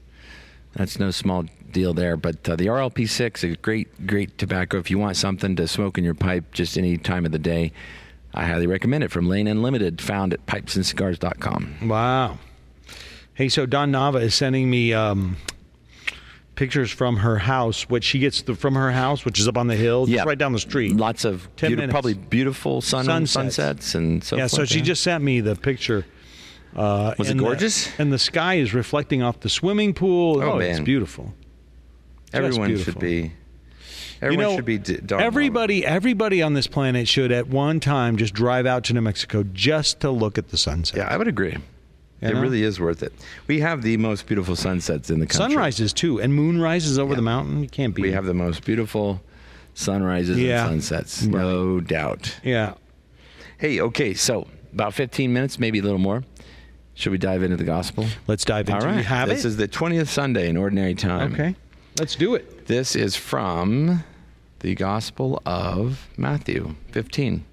S4: that's no small deal there. But uh, the RLP six, a great great tobacco. If you want something to smoke in your pipe, just any time of the day, I highly recommend it. From Lane Unlimited, found at pipesandcigars.com.
S3: Wow. Hey, so Don Nava is sending me um, pictures from her house, which she gets the, from her house, which is up on the hill, just right down the street.
S4: Lots of
S3: 10
S4: beauti-
S3: minutes.
S4: probably beautiful sun
S3: Sunsets.
S4: sunsets, and so
S3: yeah, so
S4: forth,
S3: she just sent me the picture. Uh,
S4: Was it
S3: and the-
S4: gorgeous?
S3: and the sky is reflecting off the swimming pool.
S4: Oh,
S3: it's
S4: man.
S3: beautiful.
S4: everyone
S3: beautiful.
S4: should be everyone
S3: you know,
S4: should be d- Don Nava.
S3: everybody, everybody on this planet should at one time just drive out to New Mexico just to look at the sunset.
S4: Yeah, I would agree. It
S3: know?
S4: really is worth it. We have the most beautiful sunsets in the country.
S3: sunrises too, and moon rises over the mountain. You can't beat.
S4: We
S3: it.
S4: have the most beautiful sunrises
S3: Yeah.
S4: and sunsets, no doubt.
S3: yeah.
S4: Hey, okay, so about 15 minutes, maybe a little more. Should we dive into the gospel?
S3: Let's dive
S4: All
S3: into.
S4: right.
S3: You have
S4: this
S3: it.
S4: is the 20th Sunday in Ordinary Time.
S3: okay. Let's do it.
S4: This is from the Gospel of Matthew 15.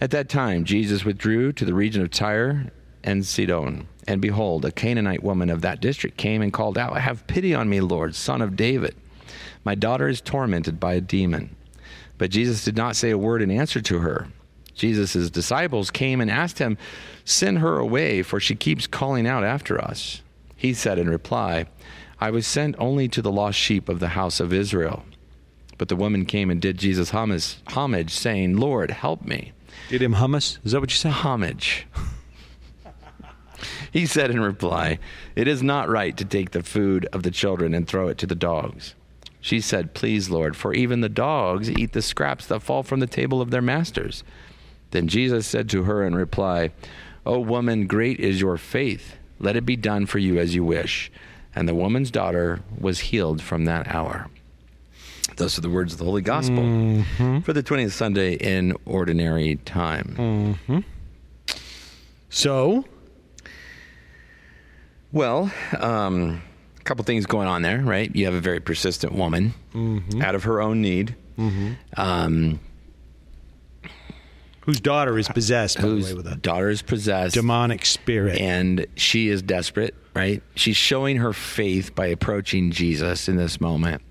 S4: At that time, Jesus withdrew to the region of Tyre and Sidon. And behold, a Canaanite woman of that district came and called out, Have pity on me, Lord, son of David. My daughter is tormented by a demon. But Jesus did not say a word in answer to her. Jesus' disciples came and asked him, Send her away, for she keeps calling out after us. He said in reply, I was sent only to the lost sheep of the house of Israel. But the woman came and did Jesus homage, homage saying, Lord, help me
S3: Did him hummus? Is that what you said?
S4: homage. he said in reply, It is not right to take the food of the children and throw it to the dogs. She said, Please, Lord, for even the dogs eat the scraps that fall from the table of their masters. Then Jesus said to her in reply, O woman, great is your faith. Let it be done for you as you wish. And the woman's daughter was healed from that hour. Those are the words of the Holy Gospel
S3: Mm-hmm.
S4: for the 20th Sunday in ordinary time.
S3: So,
S4: Well, um, a couple things going on there, right? You have a very persistent woman
S3: Mm-hmm.
S4: out of her own need. Um,
S3: whose daughter is possessed, by the
S4: whose
S3: way, with a
S4: daughter is possessed,
S3: demonic spirit?
S4: and she is desperate, right? She's showing her faith by approaching Jesus in this moment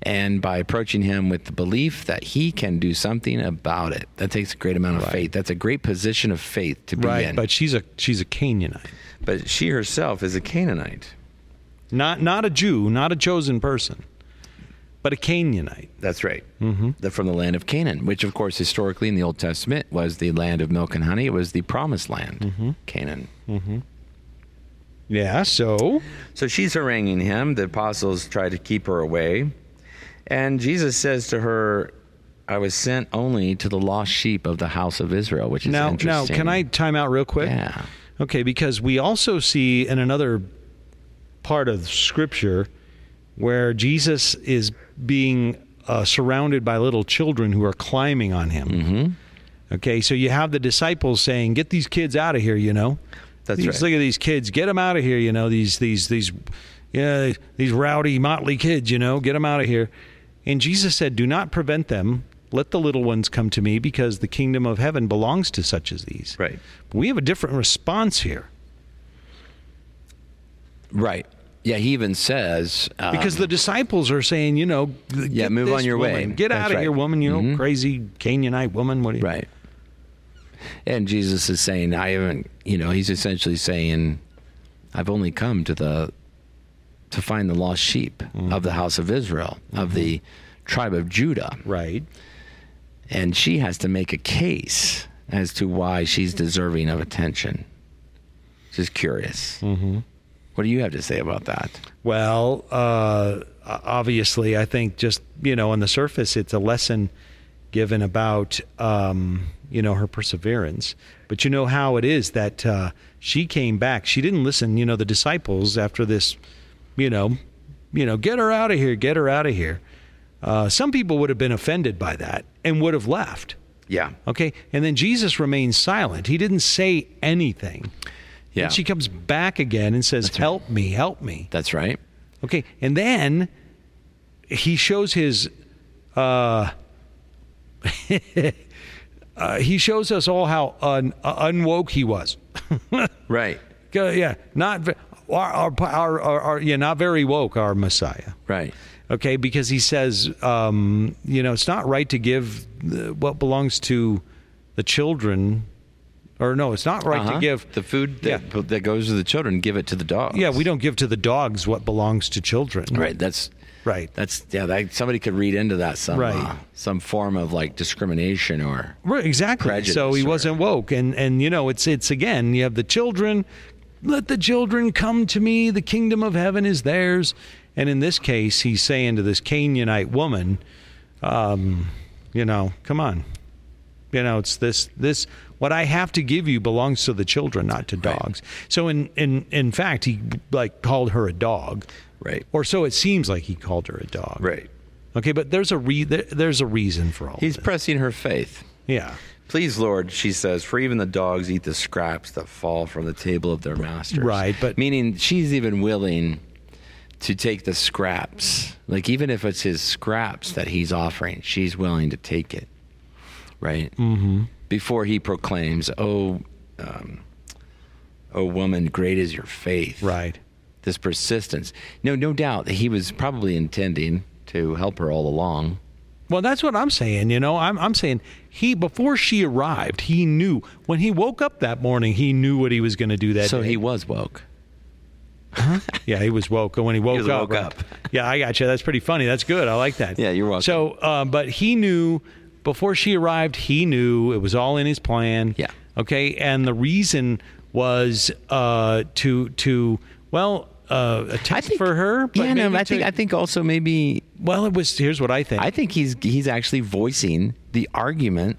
S4: and by approaching him with the belief that he can do something about it. That takes a great amount of faith. That's a great position of faith to be
S3: right,
S4: in.
S3: but she's a she's a Canaanite,
S4: but she herself is a Canaanite.
S3: not not a Jew, not a chosen person, but a Canaanite.
S4: That's right. Mm-hmm. They're from the land of Canaan, which, of course, historically in the Old Testament was the land of milk and honey. It was the promised land,
S3: Mm-hmm.
S4: Canaan.
S3: Yeah. So,
S4: So she's haranguing him. The apostles try to keep her away. And Jesus says to her, I was sent only to the lost sheep of the house of Israel, which is
S3: now now
S4: interesting.
S3: can I time out real quick?
S4: Yeah.
S3: Okay, because we also see in another part of Scripture where Jesus is being uh, surrounded by little children who are climbing on him.
S4: Mm-hmm.
S3: Okay, so you have the disciples saying, "Get these kids out of here," you know.
S4: That's
S3: these,
S4: right.
S3: Look at these kids. Get them out of here, you know. These these these yeah, these rowdy motley kids, you know. Get them out of here. And Jesus said, "Do not prevent them. Let the little ones come to me because the kingdom of heaven belongs to such as these."
S4: Right.
S3: We have a different response here
S4: Right. Yeah, he even says. Um,
S3: because the disciples are saying, you know,
S4: Yeah, move on your way.
S3: Get
S4: That's
S3: out of
S4: right. Mm-hmm.
S3: here, woman. You know, crazy Canaanite woman. What do you?
S4: Right. And Jesus is saying, I haven't, you know, he's essentially saying, I've only come to the, to find the lost sheep of the house of Israel, of the tribe of Judah.
S3: Right.
S4: And she has to make a case as to why she's deserving of attention. Just curious. Mm-hmm. What do you have to say about that?
S3: Well, uh, obviously, I think just you know, on the surface, it's a lesson given about um, you know her perseverance. But you know how it is that uh, she came back. She didn't listen. You know, the disciples after this, you know, you know, get her out of here, get her out of here. Uh, some people would have been offended by that and would have left.
S4: Yeah.
S3: Okay. And then Jesus remains silent. He didn't say anything.
S4: Yeah.
S3: And she comes back again and says, Help me, help me.
S4: That's right.
S3: Okay. And then he shows his, uh, *laughs* uh, he shows us all how un, uh, unwoke he was. *laughs*
S4: Right.
S3: Uh, yeah. Not, ve- our, our, our, our, our, yeah, not very woke, our Messiah
S4: Right.
S3: okay because he says um, you know it's not right to give the, what belongs to the children or no it's not right
S4: Uh-huh.
S3: to give
S4: the food that,
S3: yeah,
S4: that goes to the children, give it to the dogs.
S3: yeah we don't give to the dogs what belongs to children
S4: Right. That's
S3: right
S4: that's yeah. That, somebody could read into that some
S3: Right.
S4: uh, some form of like discrimination or
S3: Right, exactly.
S4: prejudice
S3: so he
S4: or-
S3: wasn't woke, and and you know it's it's again you have the children, let the children come to me, the kingdom of heaven is theirs, and in this case he's saying to this Canaanite woman, um, you know, come on, you know it's this this what I have to give you belongs to the children, not to dogs. So in in in fact he like called her a dog,
S4: Right.
S3: Or so it seems like he called her a dog,
S4: right.
S3: Okay, but there's a re- there, there's a reason for all
S4: He's
S3: this.
S4: pressing her faith.
S3: yeah.
S4: Please, Lord, she says, for even the dogs eat the scraps that fall from the table of their masters.
S3: Right, but-
S4: meaning she's even willing to take the scraps. Like even if it's his scraps that he's offering, she's willing to take it. Right. Mm-hmm. Before he proclaims, "Oh, um, oh woman, great is your faith."
S3: Right.
S4: This persistence. No, no doubt that he was probably intending to help her all along.
S3: Well, that's what I'm saying. You know, I'm, I'm saying he before she arrived, he knew when he woke up that morning, he knew what he was going to do that
S4: so
S3: day.
S4: he was woke.
S3: yeah, he was woke
S4: *laughs*
S3: when he woke
S4: was
S3: up.
S4: woke
S3: right?
S4: up.
S3: yeah, I got you. That's pretty funny. That's good. I like that.
S4: Yeah, you're welcome.
S3: So, um, but he knew before she arrived, he knew it was all in his plan.
S4: Yeah.
S3: Okay, and the reason was uh, to to well. Uh, a test for her, but
S4: yeah, no,
S3: maybe to-
S4: I think I think also maybe
S3: well, it was. Here's what I think.
S4: I think he's he's actually voicing the argument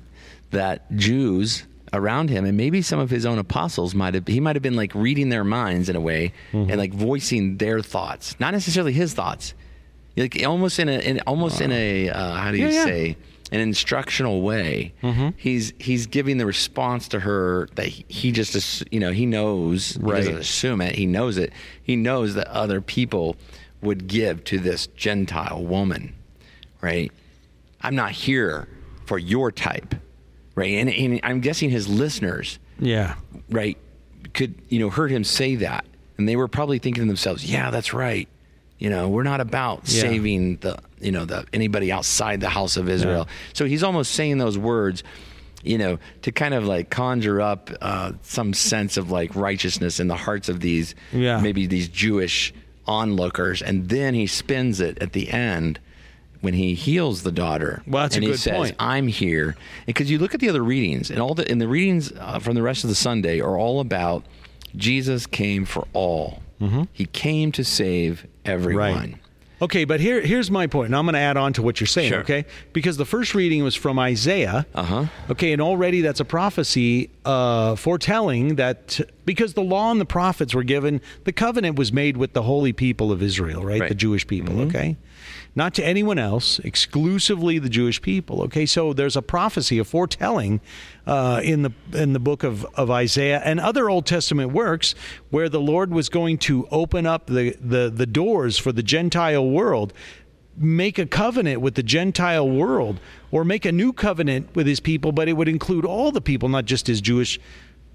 S4: that Jews around him and maybe some of his own apostles might have he might have been like reading their minds in a way
S3: Mm-hmm.
S4: and like voicing their thoughts, not necessarily his thoughts, like almost in a in almost in a uh, how do you
S3: Yeah, Mm-hmm. yeah.
S4: say an instructional way. He's he's giving the response to her that he, he just ass- you know he knows he doesn't
S3: Right.
S4: assume it. He knows it. He knows that other people would give to this Gentile woman, right? I'm not here for your type, right? And, and I'm guessing his listeners,
S3: yeah,
S4: right, could, you know, heard him say that. And they were probably thinking to themselves, yeah, that's right. You know, we're not about
S3: Yeah.
S4: saving the, you know, the anybody outside the house of Israel. So he's almost saying those words, you know, to kind of like conjure up uh, some sense of like righteousness in the hearts of these,
S3: Yeah.
S4: maybe these Jewish onlookers. And then he spins it at the end when he heals the daughter.
S3: Well, that's a
S4: and he
S3: good
S4: says,
S3: point.
S4: I'm here because you look at the other readings and all the and the readings uh, from the rest of the Sunday are all about Jesus came for all. He came to save everyone.
S3: Okay, but here here's my point, and I'm going to add on to what you're saying.
S4: Sure. Uh-huh.
S3: Okay, because the first reading was from Isaiah. Uh huh. Okay, and already that's a prophecy uh, foretelling that because the law and the prophets were given, the covenant was made with the holy people of Israel, right?
S4: Right. Mm-hmm.
S3: The Jewish people. Okay, not to anyone else, exclusively the Jewish people. Okay, so there's a prophecy, a foretelling uh, in the in the book of, of Isaiah and other Old Testament works where the Lord was going to open up the, the, the doors for the Gentile world, make a covenant with the Gentile world, or make a new covenant with his people, but it would include all the people, not just his Jewish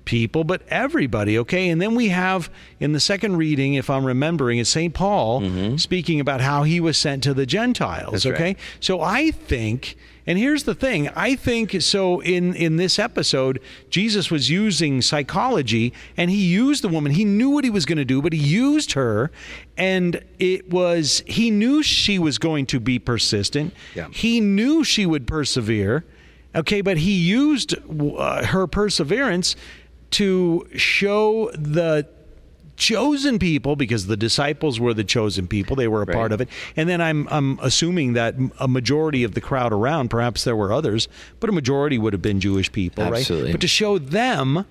S3: people, but everybody, okay? And then we have in the second reading, if I'm remembering, is St. Paul speaking about how he was sent to the Gentiles, okay? So I think, and here's the thing, I think so in in this episode, Jesus was using psychology and he used the woman. He knew what he was going to do, but he used her and it was he knew she was going to be persistent.
S4: Yeah.
S3: He knew she would persevere. Okay, but he used uh, her perseverance to show the chosen people because the disciples were the chosen people they were a part of it and then i'm i'm assuming that a majority of the crowd around perhaps there were others but a majority would have been jewish people
S4: Absolutely.
S3: right but to show them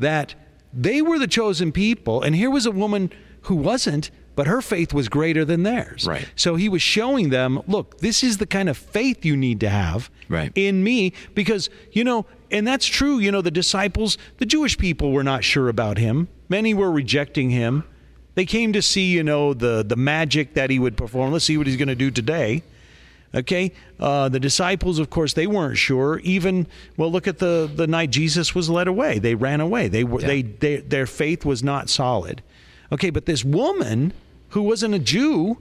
S3: that they were the chosen people and here was a woman who wasn't But her faith was greater than theirs.
S4: Right.
S3: So he was showing them, look, this is the kind of faith you need to have
S4: Right.
S3: in me because, you know, and that's true. You know, the disciples, the Jewish people were not sure about him. Many were rejecting him. They came to see, you know, the, the magic that he would perform. Let's see what he's going to do today. Okay, uh, the disciples, of course, they weren't sure. Even well, look at the the night Jesus was led away. They ran away. They were they, they their faith was not solid. Okay, but this woman who wasn't a Jew,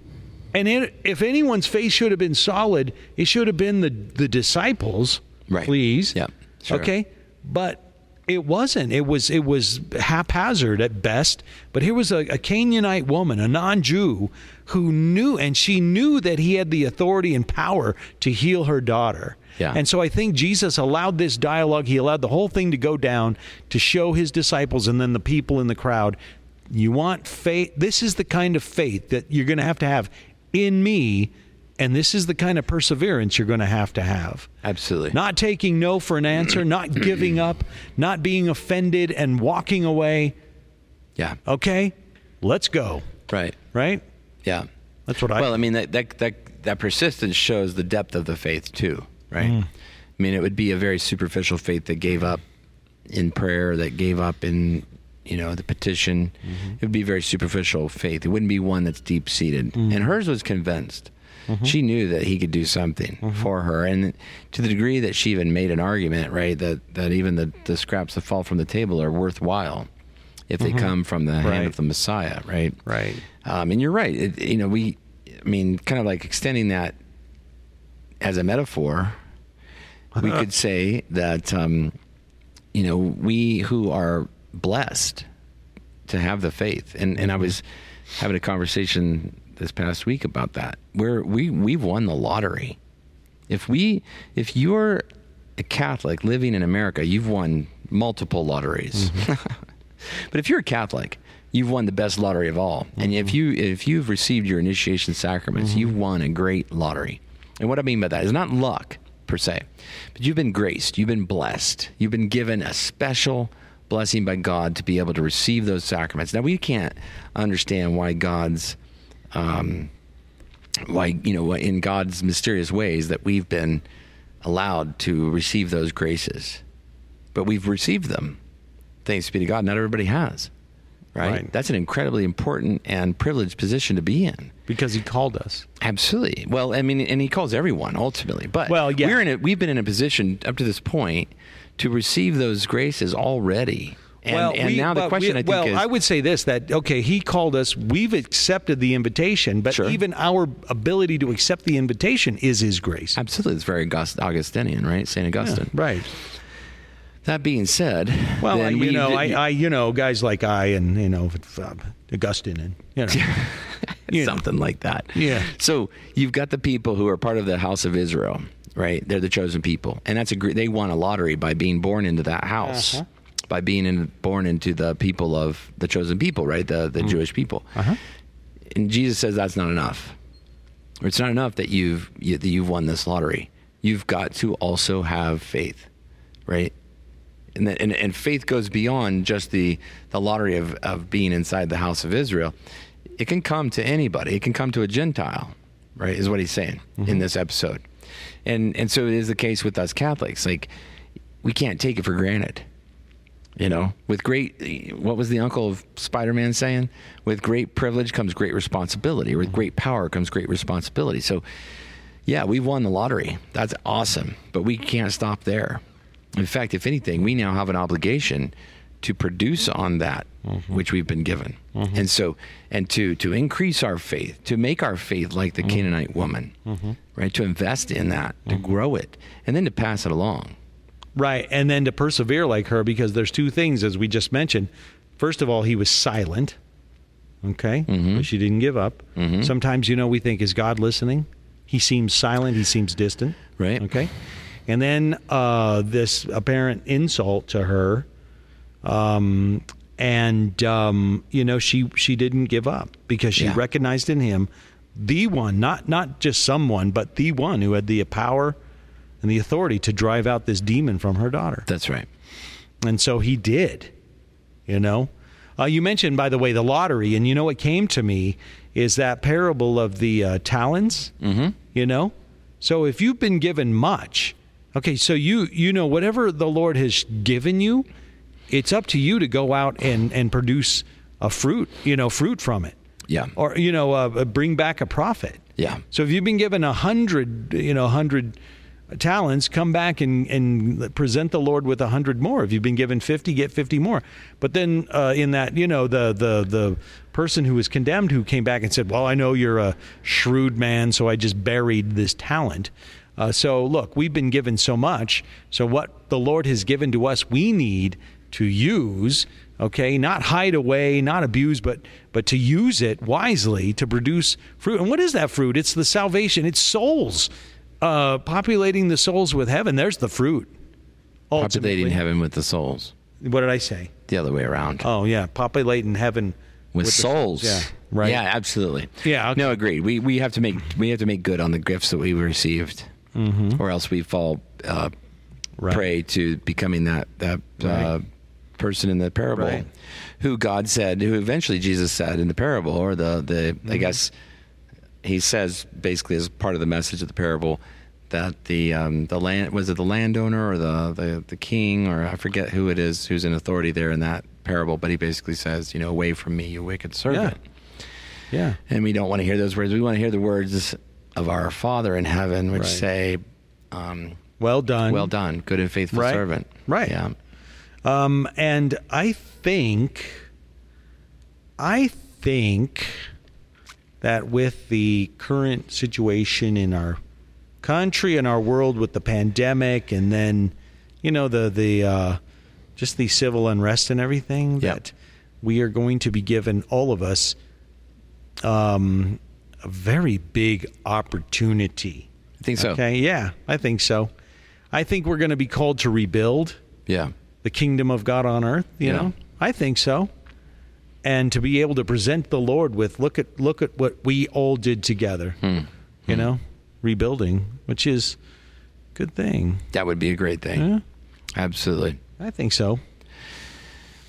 S3: and it, if anyone's faith should have been solid, it should have been the the disciples.
S4: Right.
S3: Please.
S4: Yeah, sure.
S3: Okay, but it wasn't. It was it was haphazard at best. But here was a, a Canaanite woman, a non-Jew, who knew, and she knew that he had the authority and power to heal her daughter.
S4: Yeah.
S3: And so I think Jesus allowed this dialogue. He allowed the whole thing to go down to show his disciples and then the people in the crowd. You want faith. This is the kind of faith that you're going to have to have in me, and this is the kind of perseverance you're going to have to have.
S4: Absolutely.
S3: Not taking no for an
S4: *clears throat*
S3: answer, not giving up, not being offended and walking away.
S4: yeah.
S3: Okay, let's go.
S4: Right.
S3: Right?
S4: Yeah.
S3: That's what I.
S4: Well, I mean that that that that persistence shows the depth of the faith too, right?
S3: Mm.
S4: I mean, it would be a very superficial faith that gave up in prayer, that gave up in you know the petition.
S3: Mm-hmm.
S4: It would be very superficial faith. It wouldn't be one that's deep seated.
S3: Mm.
S4: And hers was convinced.
S3: Mm-hmm.
S4: She knew that he could do something for her, and to the degree that she even made an argument, right? That that even the, the scraps that fall from the table are worthwhile if they come from the hand
S3: Mm-hmm. Right.
S4: of the Messiah, right?
S3: Right.
S4: Um, and you're right. It, you know, we, I mean, kind of like extending that as a metaphor, we could say that, um, you know, we who are blessed to have the faith, and, and I was having a conversation this past week about that, where we, we've won the lottery. If we, if you're a Catholic living in America, you've won multiple lotteries. *laughs* but if you're a Catholic, you've won the best lottery of all. And if you if you've received your initiation sacraments, you've won a great lottery. And what I mean by that is not luck per se, but you've been graced, you've been blessed, you've been given a special blessing by God to be able to receive those sacraments. Now we can't understand why God's why you know in God's mysterious ways that we've been allowed to receive those graces, but we've received them. Thanks be to God. Not everybody has, right?
S3: Right.
S4: That's an incredibly important and privileged position to be in.
S3: because he called us.
S4: Absolutely. Well, I mean, and he calls everyone ultimately, but
S3: Well, yeah.
S4: we're in a, we've been in a position up to this point to receive those graces already. And, and
S3: we-
S4: now the
S3: but
S4: question
S3: we-
S4: I think
S3: well,
S4: is,
S3: I would say this: that okay, he called us. We've accepted the invitation, but
S4: Sure.
S3: even our ability to accept the invitation is His grace.
S4: absolutely, it's very August- Augustinian, right? Saint Augustine.
S3: Right.
S4: That being said,
S3: Well,
S4: then
S3: I, you
S4: we-
S3: know, I, I, you know, guys like I and you know uh, Augustine and you
S4: *laughs*
S3: know, you know.
S4: something like that.
S3: Yeah.
S4: So you've got the people who are part of the house of Israel, right? They're the chosen people, and that's a gr- they won a lottery by being born into that house, by being in, born into the people of the chosen people, right? The the Jewish people. And Jesus says that's not enough. Or It's not enough that you've you, that you've won this lottery. You've got to also have faith, right? and, that, and and faith goes beyond just the the lottery of of being inside the house of Israel. It can come to anybody. It can come to a Gentile, right? Is what he's saying in this episode, and and so it is the case with us Catholics. Like we can't take it for granted, you know. With great, what was the uncle of Spider Man saying? With great privilege comes great responsibility. With great power comes great responsibility. So yeah, we won the lottery. That's awesome. But we can't stop there. In fact, if anything, we now have an obligation to produce on that which we've been given. And so and to to increase our faith, to make our faith like the Canaanite woman. Right? To invest in that, to grow it, and then to pass it along.
S3: Right. And then to persevere like her, because there's two things, as we just mentioned. First of all, he was silent. Okay. But she didn't give up. Sometimes, you know, we think, is God listening? He seems silent. He seems distant.
S4: Right.
S3: Okay. And then uh, this apparent insult to her. Um, and, um, you know, she, she didn't give up because she
S4: Yeah.
S3: recognized in him the one, not, not just someone, but the one who had the power and the authority to drive out this demon from her daughter.
S4: That's right.
S3: And so he did, you know? Uh, you mentioned, by the way, the lottery, and you know what came to me is that parable of the uh, talons. Mm-hmm. You know, so if you've been given much, okay, so you you know whatever the Lord has given you, it's up to you to go out and and produce a fruit. You know, fruit from it.
S4: Yeah.
S3: Or you know, uh, bring back a profit.
S4: Yeah.
S3: So if you've been given a hundred, you know, hundred talents, come back and, and present the Lord with a hundred more. If you've been given fifty, get fifty more. But then uh, in that, you know, the the the person who was condemned who came back and said, "Well, I know you're a shrewd man, so I just buried this talent." Uh, so look, we've been given so much. So what the Lord has given to us, we need to use okay not hide away not abuse but but to use it wisely to produce fruit and what is that fruit it's the salvation it's souls uh populating the souls with heaven there's the fruit ultimately
S4: Populating heaven with the souls.
S3: what did i say
S4: The other way around.
S3: oh yeah populating heaven
S4: with,
S3: the
S4: souls.
S3: yeah right
S4: Yeah, absolutely.
S3: Yeah, okay.
S4: No, agreed. We we have to make we have to make good on the gifts that we received, or else we fall uh,
S3: Mm-hmm. Right.
S4: prey to becoming that that uh, person in the parable,
S3: Right.
S4: who God said, who eventually Jesus said in the parable, or the the
S3: Mm-hmm.
S4: I guess he says basically as part of the message of the parable. That the um, the land was it the landowner or the, the the king or I forget who it is who's in authority there in that parable, but he basically says, you know, away from me, you wicked servant.
S3: yeah
S4: And we don't want to hear those words. We want to hear the words of our Father in heaven, which say, um,
S3: well done
S4: Well done, good and faithful
S3: Mm-hmm. Right.
S4: servant.
S3: Right.
S4: Yeah.
S3: Um, and I think, I think that with the current situation in our country and our world with the pandemic, and then you know the the uh, just the civil unrest and everything,
S4: Yep.
S3: that we are going to be given all of us um, a very big opportunity.
S4: I think so.
S3: Okay, yeah, I think so. I think we're going to be called to rebuild
S4: Yeah.
S3: the kingdom of God on earth, you
S4: Yeah.
S3: know? I think so. And to be able to present the Lord with look at look at what we all did together.
S4: Hmm.
S3: You know, rebuilding, which is a good thing.
S4: That would be a great thing. Absolutely.
S3: I think so.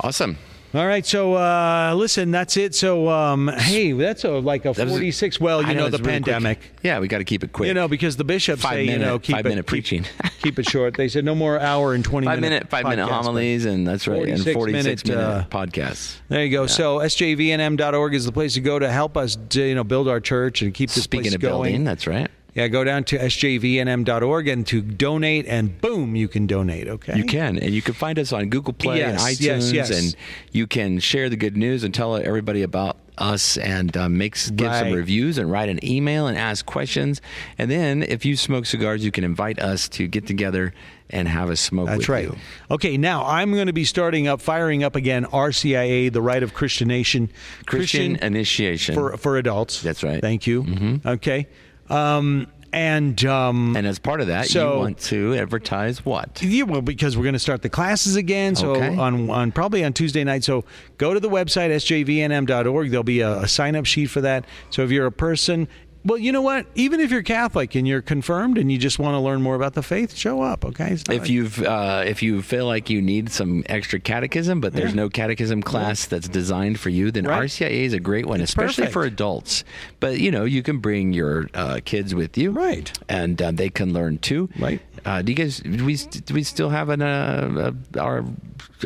S4: Awesome.
S3: All right, so uh, listen, that's it. So um, hey, that's a like a
S4: That was-
S3: 46 well, Oh, you
S4: I
S3: know,
S4: it's
S3: the
S4: really quick.
S3: pandemic.
S4: Yeah, we got to keep it quick.
S3: You know, because the bishops
S4: Five
S3: say, you
S4: minute-
S3: know, keep
S4: five
S3: it
S4: minute
S3: keep-
S4: preaching.
S3: keep it short. They said no more hour and 20
S4: five minute,
S3: minute
S4: five minute
S3: podcasts, but-
S4: homilies, and that's right,
S3: 46
S4: and forty six
S3: minute,
S4: minute,
S3: uh,
S4: podcasts.
S3: There you go. So sjvnm.org is the place to go to help us, to, you know, build our church and keep this
S4: Speaking
S3: place
S4: of
S3: going.
S4: building, that's right.
S3: yeah, go down to sjvnm.org and to donate, and boom, you can donate. Okay,
S4: You can, and you can find us on Google Play and
S3: Yes, yes,
S4: iTunes,
S3: yes.
S4: and you can share the good news and tell everybody about us, and uh, make give some
S3: Right.
S4: reviews, and write an email, and ask questions, and then if you smoke cigars, you can invite us to get together and have a smoke.
S3: That's
S4: with
S3: right.
S4: You.
S3: Okay, now I'm going to be starting up, firing up again RCIA, the Right of Christian Nation,
S4: Christian, initiation,
S3: for for adults.
S4: That's right. Mm-hmm.
S3: Thank you. Okay, um, and um,
S4: and as part of that,
S3: So-
S4: you want to advertise what?
S3: Yeah, well, because we're going to start the classes again. So
S4: Okay.
S3: on on probably on Tuesday night. So go to the website sjvnm.org. There'll be a, a sign up sheet for that. So if you're a person, well, you know what? Even if you're Catholic and you're confirmed and you just want to learn more about the faith, show up. Okay. It's not-
S4: If you've uh, if you feel like you need some extra catechism, but there's no catechism class that's designed for you, then
S3: Right.
S4: RCIA is a great one, especially
S3: perfect.
S4: for adults. But you know, you can bring your uh, kids with you,
S3: Right.
S4: And uh, they can learn too,
S3: Right.
S4: Uh, do you guys? Do we do we still have an uh, uh, our,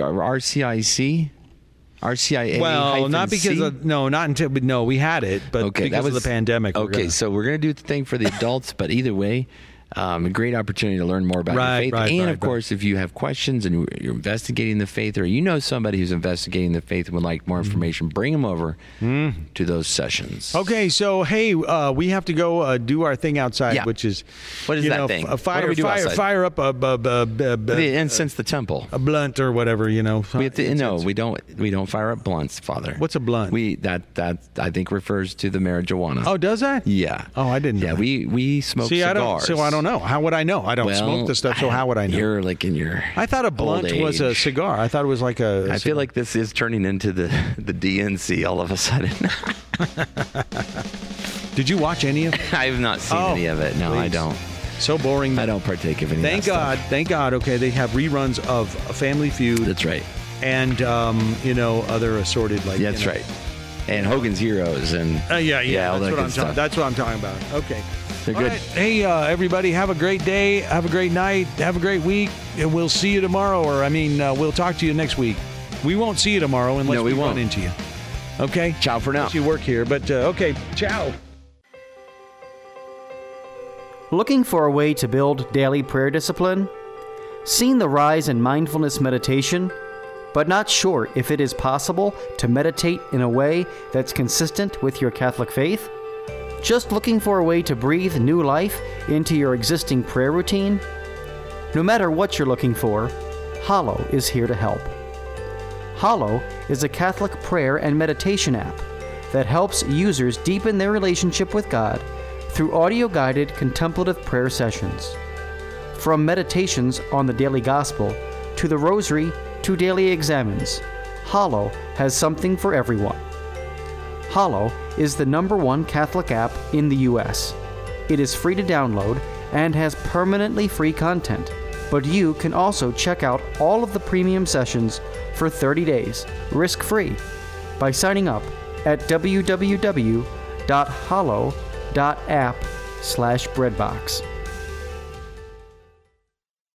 S4: our RCIC, RCIA?
S3: well, not
S4: hyphen
S3: because
S4: C?
S3: of no, not until but no, we had it, but
S4: okay,
S3: because
S4: that was
S3: of the pandemic. we're
S4: Okay,
S3: gonna-
S4: so we're gonna do the thing for the adults, but either way, um, a great opportunity to learn more about
S3: Right,
S4: your faith.
S3: right,
S4: and
S3: right,
S4: of course, if you have questions and you- you're investigating the faith, or you know somebody who's investigating the faith and would like
S3: Mm.
S4: more information, bring them over to those sessions.
S3: Okay, so hey, uh, we have to go uh, do our thing outside,
S4: Yeah.
S3: which is
S4: What is
S3: you
S4: that
S3: know,
S4: thing?
S3: f- A
S4: What do
S3: fire,
S4: we do
S3: fire,
S4: outside?
S3: fire up a, a, a,
S4: The
S3: a,
S4: incense the temple.
S3: a blunt or whatever, you know.
S4: We have to, no, we don't. We don't fire up blunts, Father.
S3: What's a blunt?
S4: We that that I think refers to the marijuana.
S3: Oh, does that?
S4: yeah.
S3: Oh, I didn't know
S4: Yeah,
S3: that.
S4: we we smoke
S3: See, I don't.
S4: cigars.
S3: So I don't know. How would I know? I don't
S4: Well,
S3: smoke this stuff. So
S4: I-
S3: how would I know?
S4: You're like in your.
S3: I thought a
S4: old
S3: blunt was a
S4: age.
S3: cigar. I thought it was like a.
S4: I feel like this is turning into the *laughs* the DNC all of a sudden. *laughs*
S3: Did you watch any of?
S4: I have not seen
S3: Oh,
S4: any of it. No, I
S3: please.
S4: don't.
S3: So boring.
S4: I don't partake of any. of
S3: Thank
S4: that stuff.
S3: God. Thank God. Okay, they have reruns of Family Feud.
S4: That's right.
S3: and um, you know other assorted like.
S4: Yeah, that's
S3: you know-
S4: right. And Hogan's Heroes and
S3: Uh, yeah, yeah,
S4: all
S3: that's what
S4: that good
S3: I'm talking.
S4: stuff.
S3: That's what I'm talking about. Okay.
S4: They're
S3: All
S4: good.
S3: right. Hey, uh, everybody, have a great day. Have a great night. Have a great week. And we'll see you tomorrow, or I mean, uh, we'll talk to you next week. We won't see you tomorrow unless
S4: No, we
S3: run
S4: won't.
S3: into you. Okay.
S4: Ciao for now.
S3: Unless you work here, but uh, okay. Ciao.
S6: Looking for a way to build daily prayer discipline? Seen the rise in mindfulness meditation, but not sure if it is possible to meditate in a way that's consistent with your Catholic faith? Just looking for a way to breathe new life into your existing prayer routine? No matter what you're looking for, Hollow is here to help. Hollow is a Catholic prayer and meditation app that helps users deepen their relationship with God through audio guided contemplative prayer sessions. From meditations on the daily gospel to the rosary to daily examines, Hollow has something for everyone. Hollow is the number one Catholic app in the US. It is free to download and has permanently free content. But you can also check out all of the premium sessions for 30 days, risk free, by signing up at www.hollow.app/breadbox.